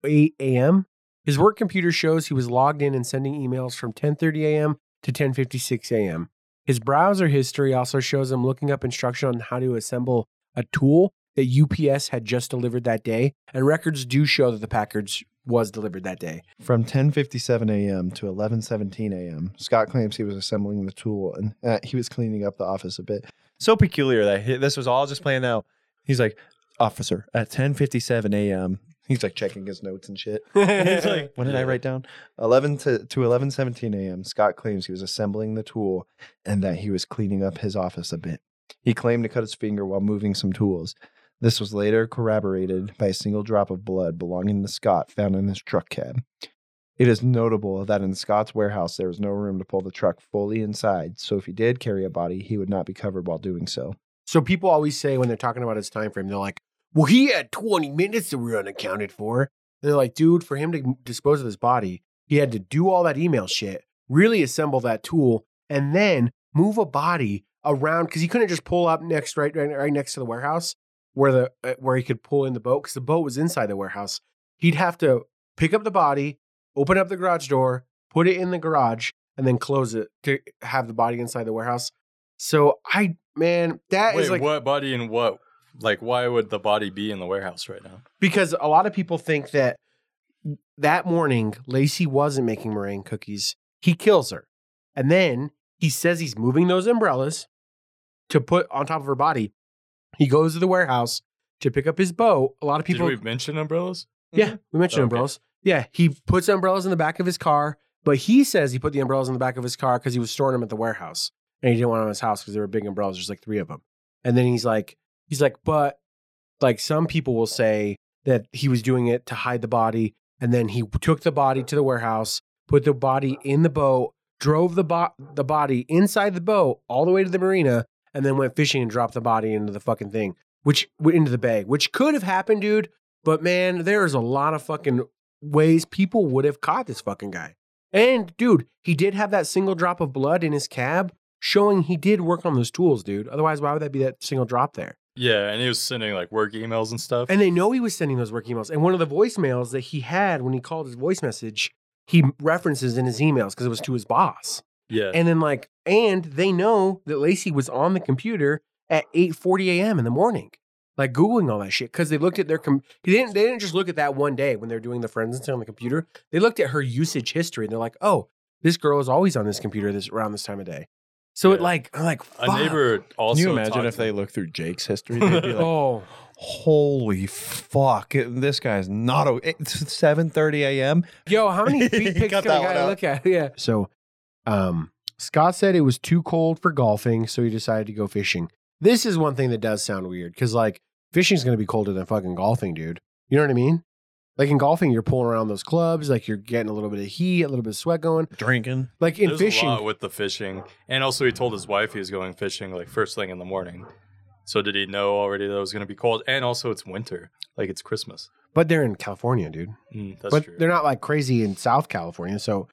Speaker 3: 10:08 a.m. His work computer shows he was logged in and sending emails from 10:30 a.m. to 10:56 a.m. His browser history also shows him looking up instruction on how to assemble a tool that UPS had just delivered that day, and records do show that the package was delivered that day.
Speaker 4: From 10:57 a.m. to 11:17 a.m., Scott claims he was assembling the tool and uh, he was cleaning up the office a bit. So peculiar that he, this was all just planned out. He's like, "Officer, at 10:57 a.m." He's like checking his notes and shit. He's like, "What did I write down?" 11 to to 11:17 a.m. Scott claims he was assembling the tool and that he was cleaning up his office a bit. He claimed to cut his finger while moving some tools. This was later corroborated by a single drop of blood belonging to Scott found in his truck cab. It is notable that in Scott's warehouse there was no room to pull the truck fully inside, so if he did carry a body, he would not be covered while doing so.
Speaker 3: So people always say when they're talking about his time frame, they're like, "Well, he had 20 minutes that were unaccounted for." And they're like, "Dude, for him to dispose of his body, he had to do all that email shit, really assemble that tool, and then move a body around because he couldn't just pull up next right right, right next to the warehouse where the uh, where he could pull in the boat because the boat was inside the warehouse. He'd have to pick up the body, open up the garage door, put it in the garage, and then close it to have the body inside the warehouse." So I, man, that is like
Speaker 5: Wait, what body and what? Like, why would the body be in the warehouse right now?
Speaker 3: because a lot of people think that that morning Lacey wasn't making meringue cookies. He kills her. And then he says he's moving those umbrellas to put on top of her body. He goes to the warehouse to pick up his bow. A lot of people
Speaker 5: Did we mention umbrellas?
Speaker 3: Yeah, we mentioned
Speaker 5: Okay.
Speaker 3: umbrellas. Yeah, he puts umbrellas in the back of his car, but he says he put the umbrellas in the back of his car because he was storing them at the warehouse and he didn't want them in his house because they were big umbrellas. There's like three of them. And then he's like, he's like, but like some people will say that he was doing it to hide the body. And then he took the body to the warehouse, put the body in the boat, drove the, bo- the body inside the boat all the way to the marina, and then went fishing and dropped the body into the fucking thing, which into the bag, which could have happened, dude. But man, there's a lot of fucking ways people would have caught this fucking guy. And dude, he did have that single drop of blood in his cab, showing he did work on those tools, dude. Otherwise, why would that be that single drop there?
Speaker 5: Yeah, and he was sending like work emails and stuff.
Speaker 3: And they know he was sending those work emails. And one of the voicemails that he had when he called his voice message, he references in his emails because it was to his boss.
Speaker 5: yeah,
Speaker 3: And then like, and they know that Lacey was on the computer at 8:40 a.m. in the morning, like googling all that shit because they looked at their com. They didn't. They didn't just look at that one day when they're doing the friends and stuff on the computer. They looked at her usage history and they're like, oh, this girl is always on this computer this around this time of day. So it
Speaker 5: Yeah.
Speaker 3: like I'm like
Speaker 5: a
Speaker 3: fuck.
Speaker 5: neighbor also. talked-
Speaker 4: look through Jake's
Speaker 5: [laughs]
Speaker 4: history?
Speaker 5: they'd be like,
Speaker 3: Oh,
Speaker 4: "Holy fuck, this guy's not a." It's 7:30 a.m.
Speaker 3: yo, how [laughs] many
Speaker 4: He
Speaker 3: feet pics can a
Speaker 4: cut that one
Speaker 3: guy
Speaker 4: out.
Speaker 3: look at? [laughs] Yeah. So, um, Scott said it was too cold for golfing, so he decided to go fishing. This is one thing that does sound weird because, like, fishing's going to be colder than fucking golfing, dude. You know what I mean? Like in golfing, you're pulling around those clubs, like you're getting a little bit of heat, a little bit of sweat going.
Speaker 4: Drinking.
Speaker 3: Like in
Speaker 5: There's
Speaker 3: fishing,
Speaker 5: a lot with the fishing, and also he told his wife he was going fishing like first thing in the morning. So did he know already that it was going to be cold? And also, it's winter, like it's Christmas.
Speaker 3: But they're in California, dude.
Speaker 5: Mm, that's
Speaker 3: but
Speaker 5: true.
Speaker 3: they're not like crazy in South California. So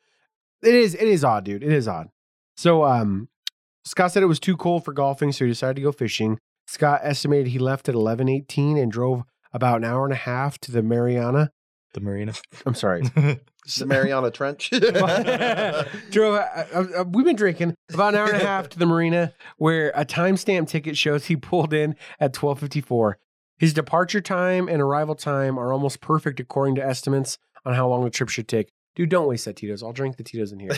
Speaker 3: it is it is odd, dude. It is odd. So um Scott said it was too cold for golfing, so he decided to go fishing. Scott estimated he left at eleven eighteen and drove about an hour and a half to the Mariana.
Speaker 5: the marina.
Speaker 3: I'm sorry.
Speaker 6: The Mariana
Speaker 4: [laughs]
Speaker 6: Trench.
Speaker 3: [laughs] drove. I, I, I- we've been drinking about an hour and a half to the marina, where a timestamp ticket shows he pulled in at twelve fifty four. His departure time and arrival time are almost perfect according to estimates on how long the trip should take. Dude, don't waste that Tito's. I'll drink the Tito's in here.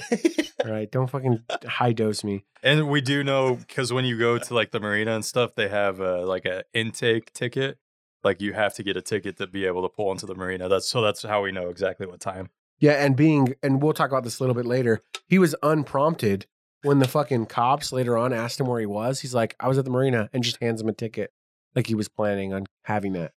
Speaker 3: All right, don't fucking high dose me.
Speaker 5: And we do know because when you go to like the marina and stuff, they have uh, like a intake ticket. Like you have to get a ticket to be able to pull into the marina. That's so that's how we know exactly what time.
Speaker 3: Yeah, and being, and we'll talk about this a little bit later. He was unprompted when the fucking cops later on asked him where he was. He's like, I was at the marina, and just hands him a ticket, like he was planning on having that.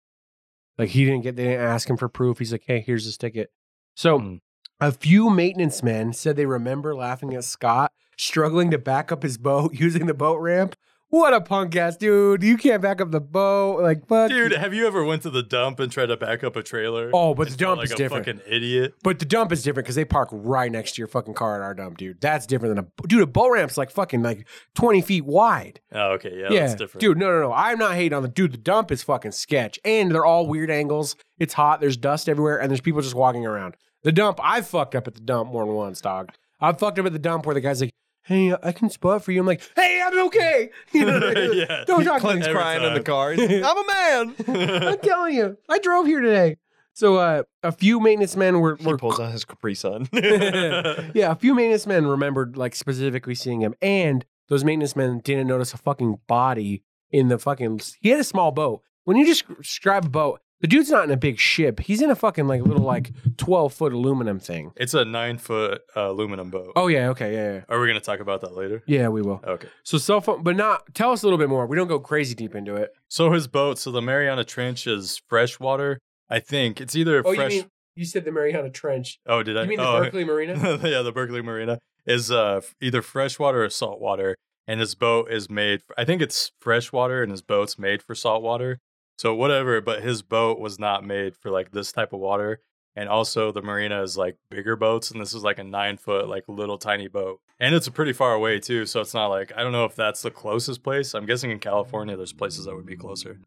Speaker 3: Like he didn't get, they didn't ask him for proof. He's like, hey, here's this ticket. So
Speaker 5: Hmm.
Speaker 3: a few maintenance men said they remember laughing at Scott struggling to back up his boat [laughs] using the boat ramp. What a punk ass dude! You can't back up the boat, like fuck you.
Speaker 5: Dude, have you ever went to the dump and tried to back up a trailer?
Speaker 3: Oh, but
Speaker 5: and
Speaker 3: the dump
Speaker 5: felt
Speaker 3: is
Speaker 5: like a
Speaker 3: different.
Speaker 5: fucking idiot.
Speaker 3: But the dump is different because they park right next to your fucking car at our dump, dude. That's different than a dude. A boat ramp's like fucking like twenty feet wide.
Speaker 5: Oh, okay, yeah, that's different.
Speaker 3: dude. No, no, no. I'm not hating on the dude. The dump is fucking sketch, and they're all weird angles. It's hot. There's dust everywhere, and there's people just walking around. The dump. I fucked up at the dump more than once, dog. I fucked up at the dump where the guy's like, "Hey, uh, I can spot for you." I'm like, "Hey, I'm okay." [laughs] You know,
Speaker 5: [laughs] [laughs] yeah.
Speaker 3: Don't talk to me.
Speaker 4: Clint's
Speaker 5: Every
Speaker 4: crying in the
Speaker 5: time.
Speaker 4: car. He's, I'm a man.
Speaker 5: [laughs]
Speaker 3: I'm telling you, I drove here today. So uh, a few maintenance men were
Speaker 4: He
Speaker 3: were
Speaker 4: pulls out his Capri
Speaker 5: [laughs]
Speaker 4: Sun.
Speaker 3: yeah, a few maintenance men remembered like specifically seeing him, and those maintenance men didn't notice a fucking body in the fucking. He had a small boat. When you just describe a boat, the dude's not in a big ship. He's in a fucking like little like twelve foot aluminum thing.
Speaker 5: It's a nine foot uh, aluminum boat.
Speaker 3: Oh yeah, okay, yeah, yeah,
Speaker 5: Are we gonna talk about that later?
Speaker 3: yeah. We will.
Speaker 5: Okay.
Speaker 3: So cell phone, but not. Tell us a little bit more. We don't go crazy deep into it.
Speaker 5: So his boat, so the Mariana Trench is freshwater. I think it's either
Speaker 3: Oh,
Speaker 5: fresh.
Speaker 3: you mean you said the Mariana Trench?
Speaker 5: oh, did I?
Speaker 3: You mean the
Speaker 5: oh,
Speaker 3: Berkeley Marina?
Speaker 5: [laughs] yeah, the Berkeley Marina is uh, f- either freshwater or saltwater, and his boat is made. I think it's freshwater, and his boat's made for saltwater. So whatever, but his boat was not made for like this type of water. And also, the marina is like bigger boats, and this is like a nine foot, like little tiny boat, and it's pretty far away too. So it's not like I don't know if that's the closest place. I'm guessing in California, there's places that would be closer.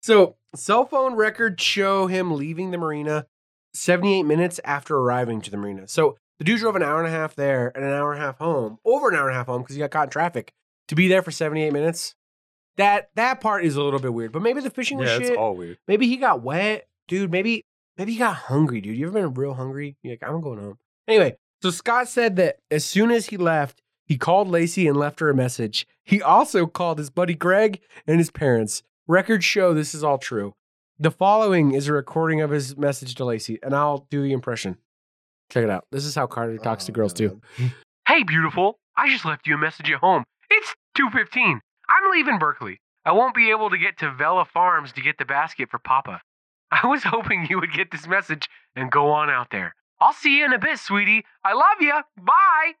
Speaker 3: So, cell phone records show him leaving the marina 78 minutes after arriving to the marina. So, the dude drove an hour and a half there and an hour and a half home, over an hour and a half home because he got caught in traffic to be there for 78 minutes. That that part is a little bit weird, but maybe the fishing was
Speaker 5: Yeah,
Speaker 3: shit.
Speaker 5: it's all weird.
Speaker 3: maybe he got wet, dude. Maybe maybe he got hungry, dude. You ever been real hungry? You're like, I'm going home. Anyway, so Scott said that as soon as he left, he called Lacey and left her a message. He also called his buddy Greg and his parents. Records show this is all true. The following is a recording of his message to Lacey, and I'll do the impression. Check it out. This is how Carter talks to
Speaker 6: Oh,
Speaker 3: girls too.
Speaker 6: God.
Speaker 3: Hey, beautiful. I just left you a message at home. It's 2.15. I'm leaving Berkeley. I won't be able to get to Vela Farms to get the basket for Papa. [laughs] I was hoping you would get this message and go on out there. I'll see you in a bit, sweetie. I love you. Bye.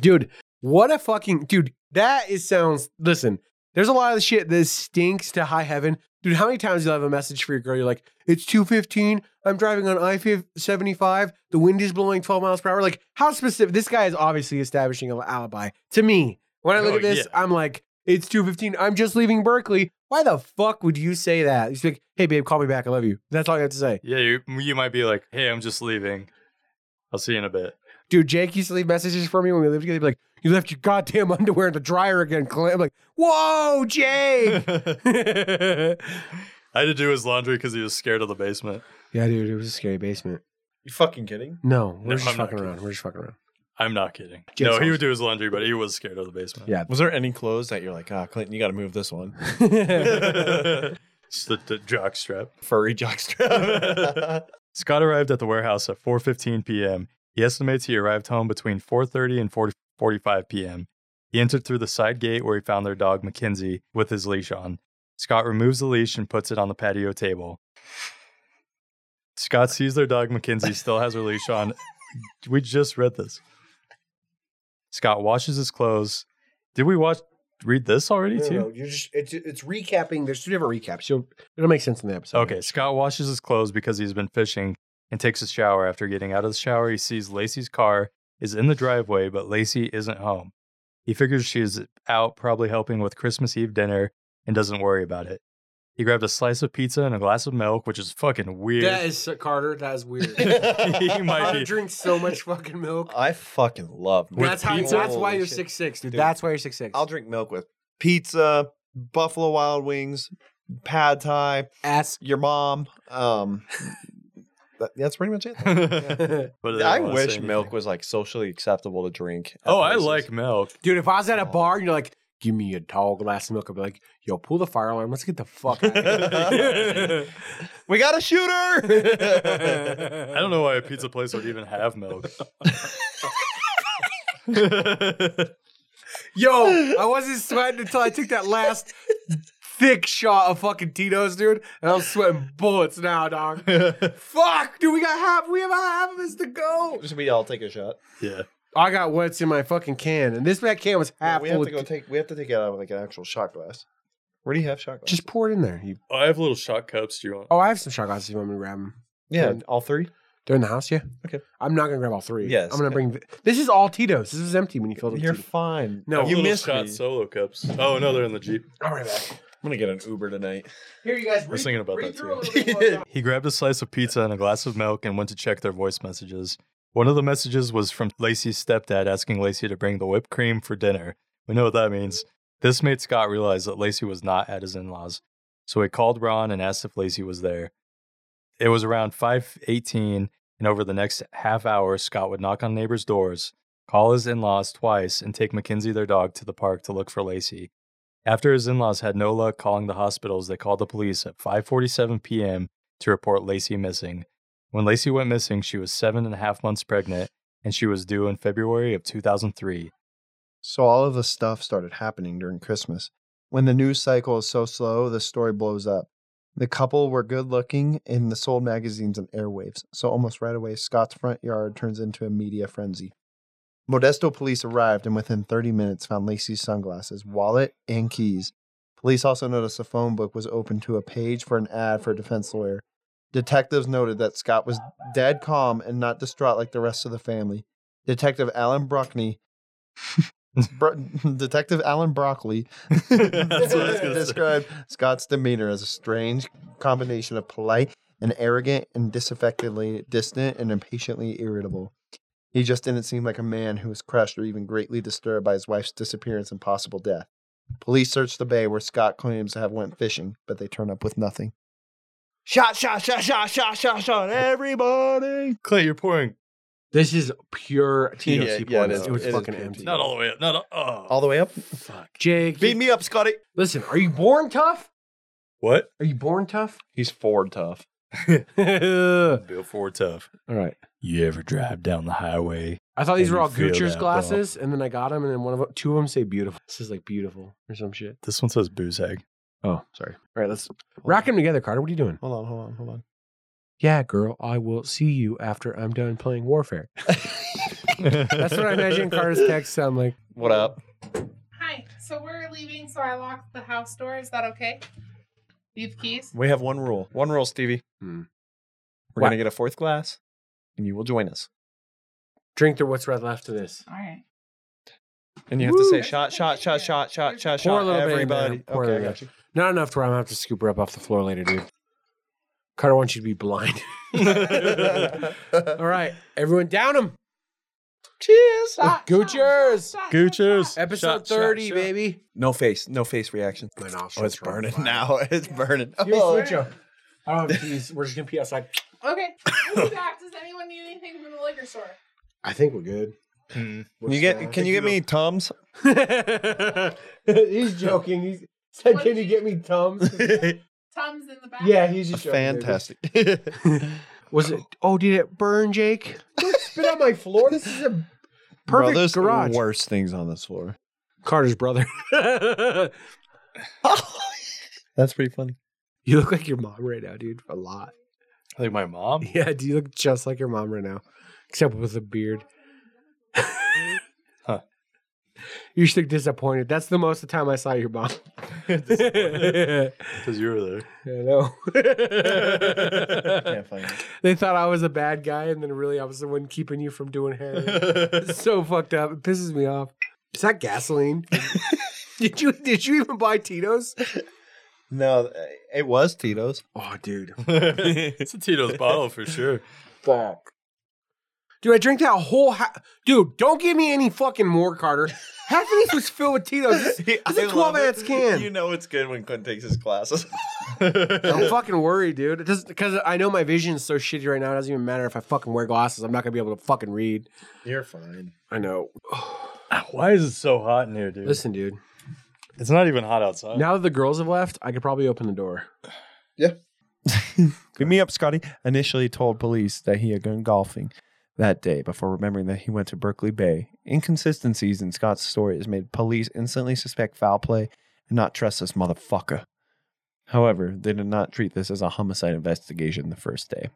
Speaker 3: Dude, what a fucking... Dude, that is sounds... Listen, there's a lot of shit that stinks to high heaven. Dude, how many times you'll have a message for your girl? You're like, it's 2.15. I'm driving on I-75. The wind is blowing 12 miles per hour. Like, how specific? This guy is obviously establishing an alibi. To me, when I look
Speaker 5: Oh,
Speaker 3: at this,
Speaker 5: yeah.
Speaker 3: I'm like, it's 2.15. I'm just leaving Berkeley. Why the fuck would you say that? He's like, hey, babe, call me back. I love you. That's all you have to say.
Speaker 5: Yeah, you you might be like, hey, I'm just leaving. I'll see you in a bit.
Speaker 3: Dude, Jake used to leave messages for me when we lived together. He'd be like, you left your goddamn [laughs] underwear in the dryer again, Clint. I'm like, whoa, [laughs] Jake.
Speaker 5: I had to do his laundry because he was scared of the basement.
Speaker 3: yeah, dude, it was a scary basement.
Speaker 6: You fucking kidding?
Speaker 3: No, we're
Speaker 5: No,
Speaker 3: just
Speaker 5: I'm not
Speaker 3: fucking
Speaker 5: kidding.
Speaker 3: around. We're just fucking around.
Speaker 5: I'm not kidding.
Speaker 3: Jake
Speaker 5: no, he
Speaker 3: sounds-
Speaker 5: would do his laundry, but he was scared of the basement.
Speaker 3: Yeah.
Speaker 4: Was there any clothes that you're like, ah, Clinton, you got to move
Speaker 3: [laughs]
Speaker 4: this one?
Speaker 5: [laughs]
Speaker 4: [laughs]
Speaker 5: Just the, the jock strap.
Speaker 4: Furry
Speaker 5: [laughs]
Speaker 4: jockstrap.
Speaker 5: Scott arrived at the warehouse at 4:15 p.m. He estimates he arrived home between 4:30 and 4:45 p.m. He entered through the side gate where he found their dog Mackenzie with his leash on. Scott removes the leash and puts it on the patio table. Scott sees their dog Mackenzie still has her leash on. We just read this. Scott washes his clothes. Did we watch? read this already
Speaker 3: No,
Speaker 5: too?
Speaker 3: no, you're just it's it's recapping. There's two different recaps. You'll it'll make sense in the episode.
Speaker 5: Okay, Scott washes his clothes because he's been fishing and takes a shower. After getting out of the shower, he sees Lacey's car is in the driveway, but Lacey isn't home. He figures she is out probably helping with Christmas Eve dinner and doesn't worry about it. He grabbed a slice of pizza and a glass of milk, which is fucking weird.
Speaker 3: That is Carter. That is
Speaker 5: [laughs]
Speaker 3: weird.
Speaker 5: he might
Speaker 3: Carter
Speaker 5: be.
Speaker 3: drinks so much fucking milk.
Speaker 4: I fucking love milk.
Speaker 3: that's how.
Speaker 5: pizza?
Speaker 3: That's why
Speaker 4: Holy
Speaker 3: you're
Speaker 4: shit.
Speaker 3: six six, dude.
Speaker 4: Dude.
Speaker 3: That's why you're six six.
Speaker 4: I'll drink milk with pizza, Buffalo Wild Wings, pad thai,
Speaker 3: ask.
Speaker 4: your mom. Um, that, that's pretty
Speaker 5: [laughs]
Speaker 4: much it.
Speaker 5: [laughs] but don't
Speaker 4: I
Speaker 5: wanna say
Speaker 4: wish milk
Speaker 5: anything.
Speaker 4: was like socially acceptable to drink. at
Speaker 5: Oh, I
Speaker 4: places. [laughs]
Speaker 5: like milk. [laughs]
Speaker 3: Dude, if I was at a bar and you're like, give me a tall glass of milk, I'd be like, yo, pull the fire alarm. Let's get the fuck out
Speaker 5: [laughs]
Speaker 3: of here.
Speaker 4: We got
Speaker 3: [laughs]
Speaker 4: a shooter.
Speaker 5: I don't know why a pizza place would even
Speaker 3: [laughs]
Speaker 5: have milk. [laughs]
Speaker 4: [laughs]
Speaker 3: Yo, I wasn't sweating until I took that last thick shot of fucking Tito's, dude. And I'm sweating bullets now,
Speaker 4: [laughs]
Speaker 3: dog. Fuck, dude, we got half. We have a half of this to go.
Speaker 4: [laughs] Should we all take a shot?
Speaker 5: yeah.
Speaker 3: I got what's in my fucking can, and this that can was half
Speaker 4: we
Speaker 3: full.
Speaker 4: have to
Speaker 3: of
Speaker 4: go
Speaker 3: Ti-
Speaker 4: take. We have to take it out of like an actual shot glass. Where do you have shot glass?
Speaker 3: Just pour it in there. You-
Speaker 5: Oh, I have little shot cups. Do you want?
Speaker 3: oh, I have some shot glasses. If you want me to grab them?
Speaker 4: yeah, all three.
Speaker 3: They're in the house, yeah.
Speaker 4: Okay.
Speaker 3: I'm not gonna grab all three.
Speaker 4: Yes.
Speaker 3: I'm gonna bring. th- This is all Tito's. This is empty when you filled it. with
Speaker 4: You're
Speaker 3: Tito.
Speaker 4: fine.
Speaker 3: No,
Speaker 5: I have
Speaker 4: you
Speaker 5: little
Speaker 4: missed
Speaker 5: shot
Speaker 4: me.
Speaker 5: solo cups. Oh no, they're in the jeep.
Speaker 3: All right, back.
Speaker 4: I'm gonna get an Uber tonight.
Speaker 3: Here, you guys.
Speaker 5: We're thinking about that
Speaker 3: through a
Speaker 5: too.
Speaker 3: little bit
Speaker 4: [laughs]
Speaker 3: more.
Speaker 5: He grabbed a slice of pizza and a glass of milk and went to check their voice messages. One of the messages was from Lacey's stepdad asking Lacey to bring the whipped cream for dinner. We know what that means. This made Scott realize that Lacey was not at his in-laws, so he called Ron and asked if Lacey was there. It was around 5:18, and over the next half hour, Scott would knock on neighbors' doors, call his in-laws twice, and take Mackenzie their dog to the park to look for Lacey. After his in-laws had no luck calling the hospitals, they called the police at 5:47 p.m. to report Lacey missing. When Lacey went missing, she was seven and a half months pregnant, and she was due in February of 2003.
Speaker 4: So all of the stuff started happening during Christmas. When the news cycle is so slow, the story blows up. The couple were good looking and the sold magazines and airwaves. So almost right away, Scott's front yard turns into a media frenzy. Modesto police arrived and within 30 minutes found Lacey's sunglasses, wallet, and keys. Police also noticed the phone book was open to a page for an ad for a defense lawyer. Detectives noted that Scott was dead calm and not distraught like the rest of the family. Detective Alan
Speaker 5: [laughs]
Speaker 4: Bruckney Bro- [laughs] Detective Alan Broccoli
Speaker 5: [laughs] That's what I was gonna
Speaker 4: [laughs]
Speaker 5: say.
Speaker 4: described Scott's demeanor as a strange combination of polite and arrogant and disaffectedly distant and impatiently irritable. He just didn't seem like a man who was crushed or even greatly disturbed by his wife's disappearance and possible death. Police searched the bay where Scott claims to have went fishing, but they turn up with nothing. Shot, shot, shot, shot, shot, shot, shot, everybody.
Speaker 5: Clay, you're pouring
Speaker 3: This is pure TOC
Speaker 4: Yeah, yeah,
Speaker 3: porn.
Speaker 4: it
Speaker 3: It,
Speaker 4: is-
Speaker 3: was
Speaker 4: it is
Speaker 3: fucking
Speaker 4: pure
Speaker 3: empty.
Speaker 4: TOC.
Speaker 5: not all the way up, not oh. all,
Speaker 4: All the way up.
Speaker 5: fuck.
Speaker 3: Jake,
Speaker 4: Beat me up, [laughs] Scotty.
Speaker 3: listen, are you born tough?
Speaker 5: What?
Speaker 3: Are you born tough?
Speaker 4: He's
Speaker 3: [laughs]
Speaker 4: Ford tough.
Speaker 3: all
Speaker 5: Bill Ford tough.
Speaker 3: right.
Speaker 5: You ever drive down the highway?
Speaker 3: I thought these
Speaker 5: And
Speaker 3: were
Speaker 5: you
Speaker 3: all
Speaker 5: feel
Speaker 3: Gucci's
Speaker 5: that
Speaker 3: glasses, and then I got them, and then one of them, two of them say beautiful. This is like beautiful or some shit.
Speaker 5: This one says booze hag.
Speaker 3: Oh, sorry. All right, let's rack them together, Carter. What are you doing?
Speaker 4: Hold on, hold on, hold on.
Speaker 3: Yeah, girl, I will see you after I'm done playing Warfare. That's what I
Speaker 4: [laughs]
Speaker 5: [laughs]
Speaker 3: imagine Carter's text sound like.
Speaker 4: What up?
Speaker 9: Hi. So we're leaving, so I locked the house door. Is that okay? You have keys?
Speaker 4: We have one rule. One rule, Stevie.
Speaker 3: Hmm.
Speaker 4: We're
Speaker 3: What?
Speaker 4: gonna get a fourth glass, and you will join us.
Speaker 3: Drink the what's right left of this.
Speaker 9: All right.
Speaker 4: And you have to say
Speaker 9: Woo.
Speaker 4: shot, shot, shot, shot, shot, shot,
Speaker 3: Pour a
Speaker 4: shot.
Speaker 3: little bit in
Speaker 4: Everybody.
Speaker 3: there. Pour a
Speaker 4: okay, I
Speaker 3: little
Speaker 4: got you.
Speaker 3: Not enough to where I'm gonna have to scoop her up off the floor later, dude. Carter wants you to be blind. [laughs] all right, everyone, down him.
Speaker 4: Cheers.
Speaker 3: Gucci's
Speaker 5: Gucci's.
Speaker 3: episode
Speaker 4: Shot, shot,
Speaker 3: thirty,
Speaker 4: shot.
Speaker 3: baby.
Speaker 4: No face. No face reaction.
Speaker 3: My
Speaker 4: Oh,
Speaker 3: nostrils
Speaker 4: it's
Speaker 3: are on
Speaker 4: burning
Speaker 3: fire.
Speaker 4: now. [laughs] It's burning.
Speaker 3: Here,
Speaker 4: Oh.
Speaker 3: switch up. I don't have keys. We're just gonna pee outside.
Speaker 9: Okay. We'll
Speaker 4: [laughs]
Speaker 9: be back. Does anyone need anything from the liquor store?
Speaker 3: I think we're good.
Speaker 4: Can Mm. you get? Can you get me tums?
Speaker 3: [laughs] he's joking. He's said,
Speaker 9: What
Speaker 3: "Can
Speaker 9: did
Speaker 3: you
Speaker 9: you-
Speaker 3: get me
Speaker 4: [laughs]
Speaker 3: thumbs?"
Speaker 9: Tums in the back.
Speaker 3: [laughs] yeah, he's just joking, baby.
Speaker 4: Fantastic.
Speaker 3: Was it? Oh, did it burn, Jake? Don't spit on my floor. This is a
Speaker 4: Bro,
Speaker 3: perfect
Speaker 4: there's
Speaker 3: garage.
Speaker 4: worse things on this [laughs] floor.
Speaker 3: Carter's [laughs] brother.
Speaker 4: That's pretty funny.
Speaker 3: you look like your mom right now, dude. A lot.
Speaker 5: Like my mom?
Speaker 3: [laughs] Yeah, do you look just like your mom right now, except with a beard. [laughs] You should look disappointed. That's the most of the time I saw your
Speaker 4: [laughs]
Speaker 3: mom. I [laughs]
Speaker 5: because you were there.
Speaker 3: know.
Speaker 4: Can't find it.
Speaker 3: [laughs] they thought I was a bad guy, and then really I was the one keeping you from doing hair. It's so fucked up. It pisses me off. Is that
Speaker 4: [laughs]
Speaker 3: gasoline? [laughs] did you did you even buy Tito's?
Speaker 4: No, it was [laughs] Tito's.
Speaker 3: Oh, dude.
Speaker 5: [laughs] it's a Tito's bottle for sure.
Speaker 3: Fuck. Dude, I drank that whole. Ha- Dude, don't give me any fucking more, Carter. Half of this was filled with Tito's. This-
Speaker 4: I
Speaker 3: It's a
Speaker 4: love
Speaker 3: 12
Speaker 4: it.
Speaker 3: ounce can.
Speaker 4: You know it's good when Quinn takes his [laughs] classes.
Speaker 3: I'm fucking worried, dude. It doesn't because I know my vision's so shitty right now. It doesn't even matter if I fucking wear glasses. I'm not gonna be able to fucking read.
Speaker 4: You're fine.
Speaker 3: I know.
Speaker 5: Why is it so hot in here,
Speaker 3: [sighs]
Speaker 5: dude?
Speaker 3: Listen, dude.
Speaker 5: it's not even hot outside.
Speaker 3: Now that the girls have left, I could probably open the [laughs] door.
Speaker 4: [laughs] Give me up, Scotty. Initially told police that he had gone golfing that day before remembering that he went to Berkeley Bay. Inconsistencies in Scott's story has made police instantly suspect foul play and not trust this motherfucker. However, they did not treat this as a homicide investigation the first day.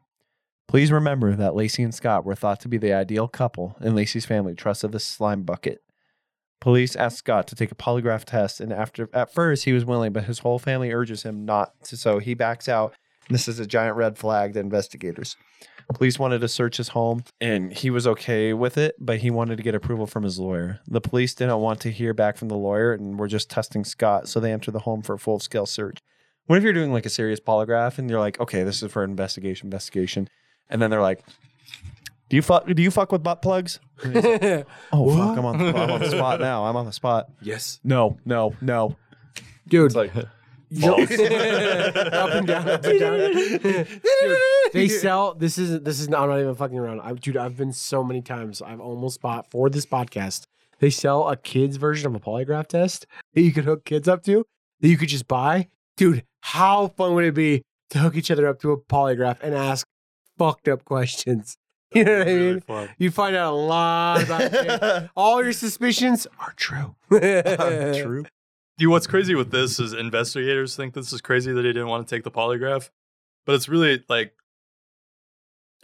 Speaker 4: Please remember that Lacey and Scott were thought to be the ideal couple, and Lacey's family trusted the slime bucket. Police asked Scott to take a polygraph test, and after at first he was willing, but his whole family urges him not to, so he backs out this is a giant red flag to investigators. Police wanted to search his home and he was okay with it, but he wanted to get approval from his lawyer. The police didn't want to hear back from the lawyer and were just testing Scott, so they entered the home for a full scale search. What if you're doing like a serious polygraph and you're like, okay, this is for investigation, investigation, and then they're like, do you fuck? Do you fuck with butt plugs? Oh fuck! I'm on, the, I'm on the spot now. I'm on the spot.
Speaker 3: [laughs] yes,
Speaker 4: No, no, no.
Speaker 3: dude. [laughs]
Speaker 5: It's like
Speaker 3: Yup. up and down, up and down. Dude, they sell this isn't this is not I'm not even fucking around. I, dude, I've been so many times. I've almost bought for this podcast. They sell a kids version of a polygraph test that you could hook kids up to that you could just buy. Dude, how fun would it be to hook each other up to a polygraph and ask fucked up questions? [laughs] You know what I mean?
Speaker 5: really fun.
Speaker 3: You find out a lot
Speaker 4: [laughs]
Speaker 3: about the kid. all your suspicions are true. [laughs]
Speaker 4: True.
Speaker 5: Dude, what's crazy with this is investigators think this is crazy that he didn't want to take the polygraph, but it's really like,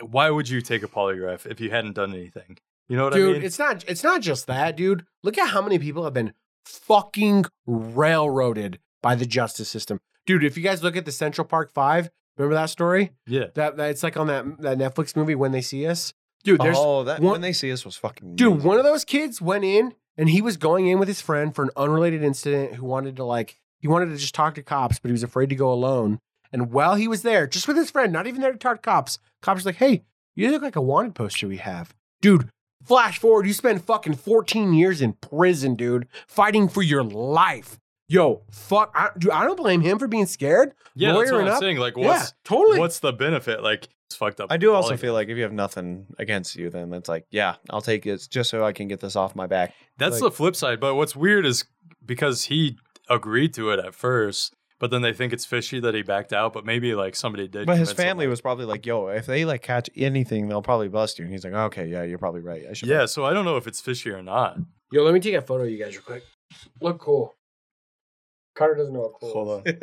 Speaker 5: why would you take a polygraph if you hadn't done anything? You know what
Speaker 3: dude
Speaker 5: I mean?
Speaker 3: it's not it's not just that dude look at how many people have been fucking railroaded by the justice system dude if you guys look at the central park five remember that story
Speaker 5: yeah,
Speaker 3: that, that it's like on that that netflix movie when they see us dude there's
Speaker 4: oh, that
Speaker 3: one-
Speaker 4: when they see us was fucking
Speaker 3: dude one of those kids went in and he was going in with his friend for an unrelated incident who wanted to like he wanted to just talk to cops but he was afraid to go alone and while he was there just with his friend not even there to talk to cops cops were like hey you look like a wanted poster we have dude flash forward you spend fucking 14 years in prison dude fighting for your life yo fuck I, dude i don't blame him for being scared
Speaker 5: yeah. That's what
Speaker 3: lawyering
Speaker 5: I'm
Speaker 3: up?
Speaker 5: saying. Like,
Speaker 3: yeah
Speaker 5: what's
Speaker 3: totally
Speaker 5: what's the benefit? Like, it's fucked up.
Speaker 4: I do also feel like if you have nothing against you, then it's like, yeah, I'll take it just so I can get this off my back.
Speaker 5: That's
Speaker 4: Like-
Speaker 5: the flip side. But what's weird is because he agreed to it at first, but then they think it's fishy that he backed out. But maybe like somebody did.
Speaker 4: But his
Speaker 5: convince him,
Speaker 4: family
Speaker 5: like-
Speaker 4: was probably like, yo, if they like catch anything, they'll probably bust you. And he's like, okay, yeah, you're probably right. I should. [laughs]
Speaker 5: Yeah, so I don't know if it's fishy or not.
Speaker 3: Yo, let me take a photo of you guys real quick. Look cool. Carter doesn't know what cool. is.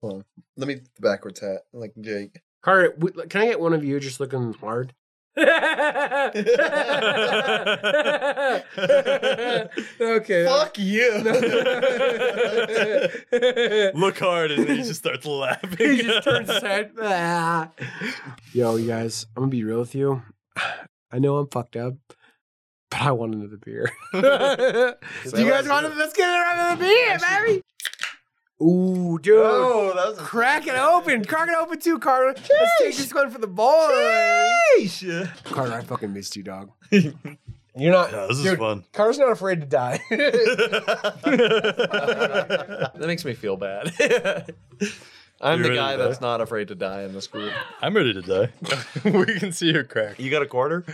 Speaker 5: Hold on.
Speaker 6: Let me the backwards hat, like Jake.
Speaker 3: Carter, w- can I get one of you just looking hard? [laughs] okay.
Speaker 6: Fuck you.
Speaker 3: [laughs]
Speaker 6: [laughs]
Speaker 5: Look hard, and then he just starts laughing.
Speaker 3: he
Speaker 5: [laughs]
Speaker 3: just turns his head. [laughs] Ah. Yo, you guys, I'm gonna be real with you. I know I'm fucked up, but I want another beer. [laughs] Do you guys want? Let's get another beer, baby. Ooh, dude.
Speaker 6: oh, that was a
Speaker 3: Crack it open. Crack it open too, Carter. Let's take this one for the boys. Carter, I fucking missed you, dog. You're not.
Speaker 5: Yeah, this is
Speaker 3: Dude,
Speaker 5: [laughs] fun.
Speaker 3: Carter's not afraid to die. [laughs]
Speaker 4: That makes me feel bad. [laughs] I'm
Speaker 5: You
Speaker 4: the
Speaker 5: ready
Speaker 4: guy
Speaker 5: to die?
Speaker 4: that's not afraid to die in this [laughs] group.
Speaker 5: I'm ready to die. [laughs] we can see your crack.
Speaker 4: You got a quarter?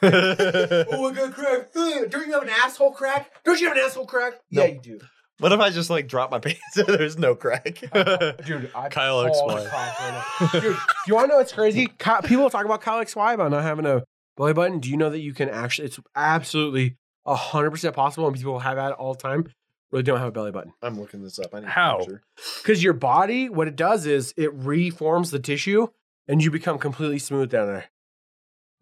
Speaker 3: oh, I got crack. Ugh, Don't you have an asshole crack? Don't you have an asshole crack?
Speaker 4: No.
Speaker 3: Yeah, you do.
Speaker 4: What if I just like drop my [laughs] pants and there's no [laughs] crack?
Speaker 3: Dude, I
Speaker 5: Kyle
Speaker 3: fall [laughs]
Speaker 5: XY.
Speaker 3: cock right now. Dude, you want to know what's
Speaker 5: [laughs]
Speaker 3: crazy? Ki- People talk about Kyle XY about not having a belly button. Do you know that you can actually? It's absolutely hundred percent possible, and people have that all the time. Really don't have a belly button.
Speaker 6: I'm looking this up. I need a
Speaker 5: How?
Speaker 6: picture.
Speaker 3: Because your body, what it does is it reforms the tissue and you become completely smooth down there.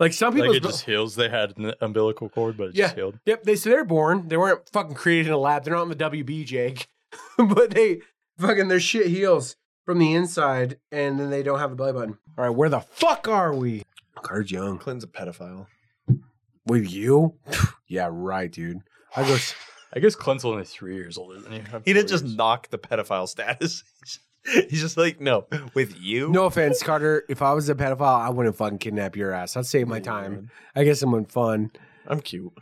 Speaker 3: Like some people,
Speaker 5: Like it just heals. They had an umbilical cord, but it
Speaker 3: Yeah.
Speaker 5: just healed.
Speaker 3: yep, they so they're born. They weren't fucking created in a lab. They're not on the WB, Jake. [laughs] but they fucking their shit heals from the inside, and then they don't have a belly button. All right, where the fuck are we? Carter's young.
Speaker 4: Clinton's a pedophile.
Speaker 3: With you? [sighs] yeah, right, dude. I go. s-
Speaker 5: I guess Clint's only three years older than you. I'm
Speaker 4: He didn't
Speaker 5: four
Speaker 4: just
Speaker 5: years.
Speaker 4: knock the pedophile status. [laughs] He's just like, no, with you.
Speaker 3: No offense, Carter. If I was a pedophile, I wouldn't fucking kidnap your ass. I'd save my time. I guess someone fun.
Speaker 4: I'm cute.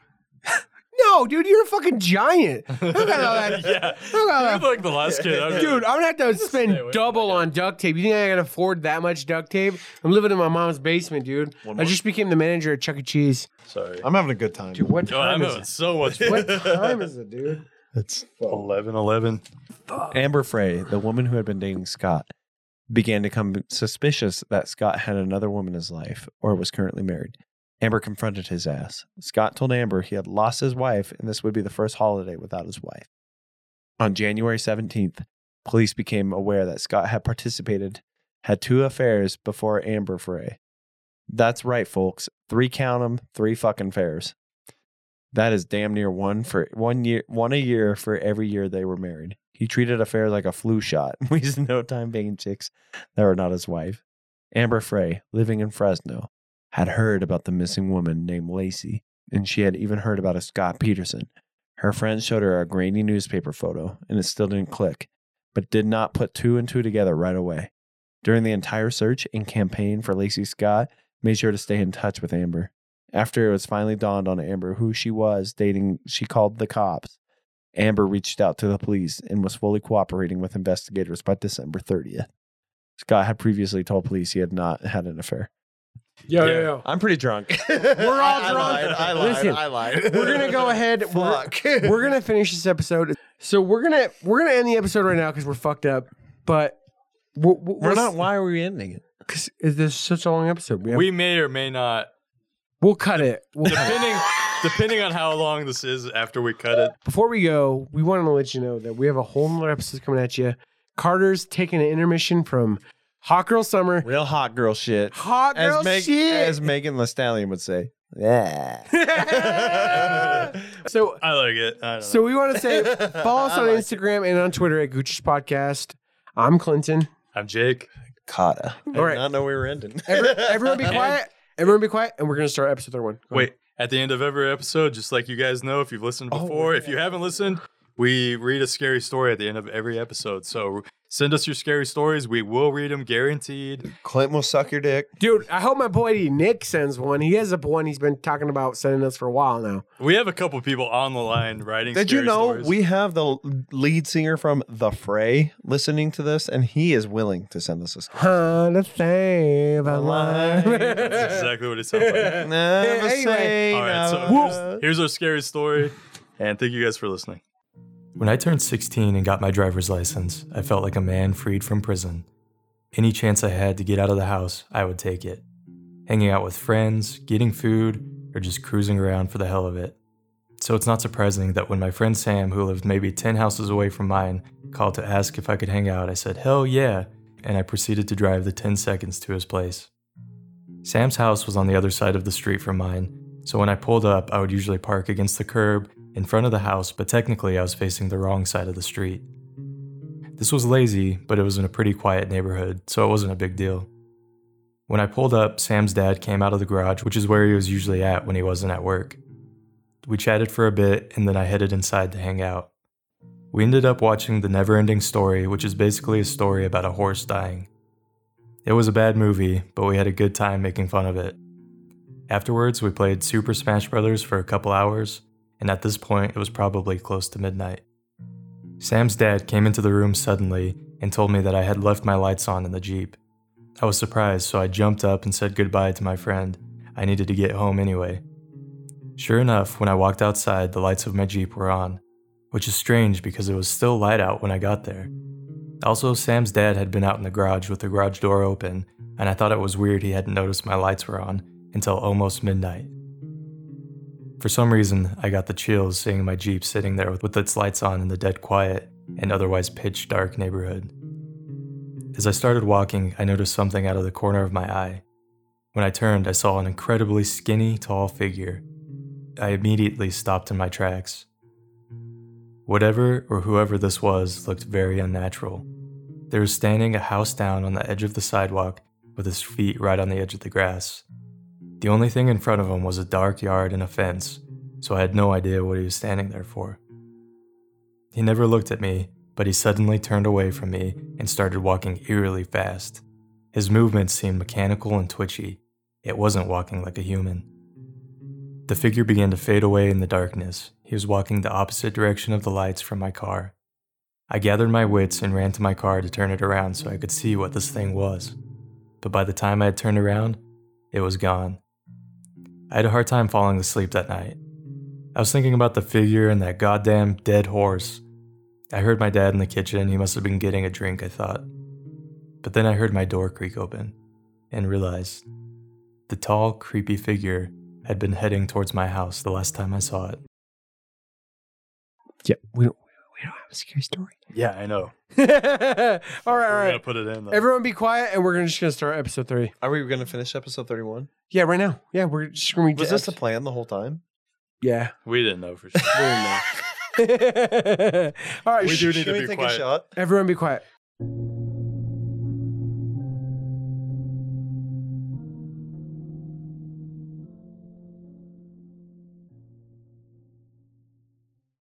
Speaker 3: No, dude, you're a fucking giant. Look at all that.
Speaker 5: yeah,
Speaker 3: Look at
Speaker 5: you're
Speaker 3: that.
Speaker 5: like the last kid. I've
Speaker 3: Dude, I'm gonna have to
Speaker 5: Stay away
Speaker 3: spend
Speaker 5: from
Speaker 3: double
Speaker 5: that guy.
Speaker 3: on duct tape. You think I can afford that much duct tape? I'm living in my mom's basement, dude.
Speaker 4: One
Speaker 3: I
Speaker 4: more.
Speaker 3: just became the manager at Chuck E. Cheese.
Speaker 5: sorry.
Speaker 4: I'm having a good time.
Speaker 3: Dude, what
Speaker 5: Yo, I'm
Speaker 3: time
Speaker 5: having
Speaker 3: is
Speaker 5: so much
Speaker 3: it?
Speaker 5: fun.
Speaker 3: What
Speaker 5: [laughs]
Speaker 3: time is it, dude?
Speaker 4: It's
Speaker 5: 11, 11.
Speaker 4: Amber Frey, the woman who had been dating Scott, began to become suspicious that Scott had another woman in his life or was currently married. Amber confronted his ass. Scott told Amber he had lost his wife and this would be the first holiday without his wife. On January 17th, police became aware that Scott had participated, had two affairs before Amber Frey. That's right, folks. Three count 'em, three fucking affairs. That is damn near one for one year, one a year for every year they were married. He treated affairs like a flu shot. [laughs] Wasted no time banging chicks that were not his wife. Amber Frey, living in Fresno, had heard about the missing woman named Lacey, and she had even heard about a Scott Peterson. Her friend showed her a grainy newspaper photo, and it still didn't click, but did not put two and two together right away. During the entire search and campaign for Lacey Scott, made sure to stay in touch with Amber. After it was finally dawned on Amber who she was dating, she called the cops. Amber reached out to the police and was fully cooperating with investigators by December 30th. Scott had previously told police he had not had an affair.
Speaker 3: [laughs] Yo,
Speaker 5: Yeah.
Speaker 3: yo,
Speaker 4: I'm pretty drunk.
Speaker 3: We're all
Speaker 6: I lied.
Speaker 3: drunk.
Speaker 6: I lied.
Speaker 3: Listen,
Speaker 6: I lied.
Speaker 3: yo. We're gonna
Speaker 5: [laughs]
Speaker 3: go ahead. We're,
Speaker 6: Fuck.
Speaker 3: [laughs] we're gonna finish this episode. So we're gonna we're gonna end the episode right now because we're fucked up. But [laughs] we're,
Speaker 4: We're not. Why are we ending it?
Speaker 3: Because this is such a long episode. We, have,
Speaker 5: We may or may not,
Speaker 3: we'll cut it. We'll cut it. [laughs]
Speaker 5: depending depending on how long this is after we cut it.
Speaker 3: Before we go, we want to let you know that we have a whole nother episode coming at you. Carter's taking an intermission from Hot Girl Summer.
Speaker 4: [laughs] Real hot girl shit.
Speaker 3: Hot Girl
Speaker 4: as, Meg-
Speaker 3: shit.
Speaker 4: as Megan Thee Stallion
Speaker 3: [laughs]
Speaker 4: would say. [laughs] Yeah.
Speaker 3: so,
Speaker 5: I like it. I don't
Speaker 3: so
Speaker 5: know.
Speaker 3: we want to say follow us on Instagram and on Twitter at Gucci's Podcast. I'm Clinton.
Speaker 5: I'm Jake.
Speaker 4: Kata. I did
Speaker 3: All right.
Speaker 4: not know we were ending.
Speaker 3: Every, everyone
Speaker 4: [laughs]
Speaker 5: [laughs]
Speaker 3: be quiet. Everyone be quiet, and we're gonna start episode one. Go
Speaker 5: Wait, at the end of every episode, just like you guys know, if you've listened before, if you haven't listened, we read a scary story at the end of every episode. So send us your scary stories. We will read them guaranteed.
Speaker 4: Clint will suck your dick.
Speaker 3: ahead. dude. I hope my boy Nick sends one. He has a one he's been talking about sending us for a while now.
Speaker 5: We have a couple people on the line writing
Speaker 4: Did you
Speaker 5: scary
Speaker 4: know
Speaker 5: stories.
Speaker 4: we have the lead singer from The Fray listening to this, and he is willing to send us a
Speaker 5: [laughs]
Speaker 4: story.
Speaker 3: How to save a
Speaker 5: That's
Speaker 3: life.
Speaker 5: exactly what it sounds [laughs] like.
Speaker 4: Never
Speaker 3: Anyway.
Speaker 4: say
Speaker 5: All right, so
Speaker 4: never.
Speaker 5: here's, here's our scary story, and thank you guys for listening.
Speaker 1: When I turned 16 and got my driver's license, I felt like a man freed from prison. Any chance I had to get out of the house, I would take it. Hanging out with friends, getting food, or just cruising around for the hell of it. So it's not surprising that when my friend Sam, who lived maybe 10 houses away from mine, called to ask if I could hang out, I said, hell yeah, and I proceeded to drive the 10 seconds to his place. Sam's house was on the other side of the street from mine, so when I pulled up, I would usually park against the curb in front of the house, but technically I was facing the wrong side of the street. This was lazy, but it was in a pretty quiet neighborhood, so it wasn't a big deal. When I pulled up, Sam's dad came out of the garage, which is where he was usually at when he wasn't at work. We chatted for a bit, and then I headed inside to hang out. We ended up watching The Never Ending Story, which is basically a story about a horse dying. It was a bad movie, but we had a good time making fun of it. Afterwards, we played Super Smash Bros. for a couple hours, and at this point, it was probably close to midnight. Sam's dad came into the room suddenly and told me that I had left my lights on in the Jeep. I was surprised, so I jumped up and said goodbye to my friend. I needed to get home anyway. Sure enough, when I walked outside, the lights of my Jeep were on, which is strange because it was still light out when I got there. Also, Sam's dad had been out in the garage with the garage door open, and I thought it was weird he hadn't noticed my lights were on until almost midnight. For some reason, I got the chills seeing my Jeep sitting there with its lights on in the dead quiet and otherwise pitch dark neighborhood. As I started walking, I noticed something out of the corner of my eye. When I turned, I saw an incredibly skinny, tall figure. I immediately stopped in my tracks. Whatever or whoever this was looked very unnatural. They were standing a house down on the edge of the sidewalk with his feet right on the edge of the grass. The only thing in front of him was a dark yard and a fence, so I had no idea what he was standing there for. He never looked at me, but he suddenly turned away from me and started walking eerily fast. His movements seemed mechanical and twitchy. It wasn't walking like a human. The figure began to fade away in the darkness. He was walking the opposite direction of the lights from my car. I gathered my wits and ran to my car to turn it around so I could see what this thing was. But by the time I had turned around, it was gone. I had a hard time falling asleep that night. I was thinking about the figure and that goddamn dead horse. I heard my dad in the kitchen. He must have been getting a drink, I thought. But then I heard my door creak open and realized the tall, creepy figure had been heading towards my house the last time I saw it.
Speaker 3: Yep. We don't, we don't have a scary story.
Speaker 5: Yeah, I know.
Speaker 3: [laughs] all right, all
Speaker 5: We're
Speaker 3: right.
Speaker 5: gonna put it in. Though.
Speaker 3: Everyone be quiet and we're gonna- just going to start episode three.
Speaker 4: Are we going to finish episode 31?
Speaker 3: Yeah, right now. Yeah, we're just going to
Speaker 4: Was this the plan the whole time?
Speaker 3: Yeah. [laughs]
Speaker 5: we didn't know for sure.
Speaker 3: all right.
Speaker 5: [laughs] We
Speaker 3: shh,
Speaker 5: do need
Speaker 4: Should
Speaker 5: to
Speaker 4: we
Speaker 5: be
Speaker 4: take a
Speaker 5: quiet.
Speaker 4: shot?
Speaker 3: everyone be quiet.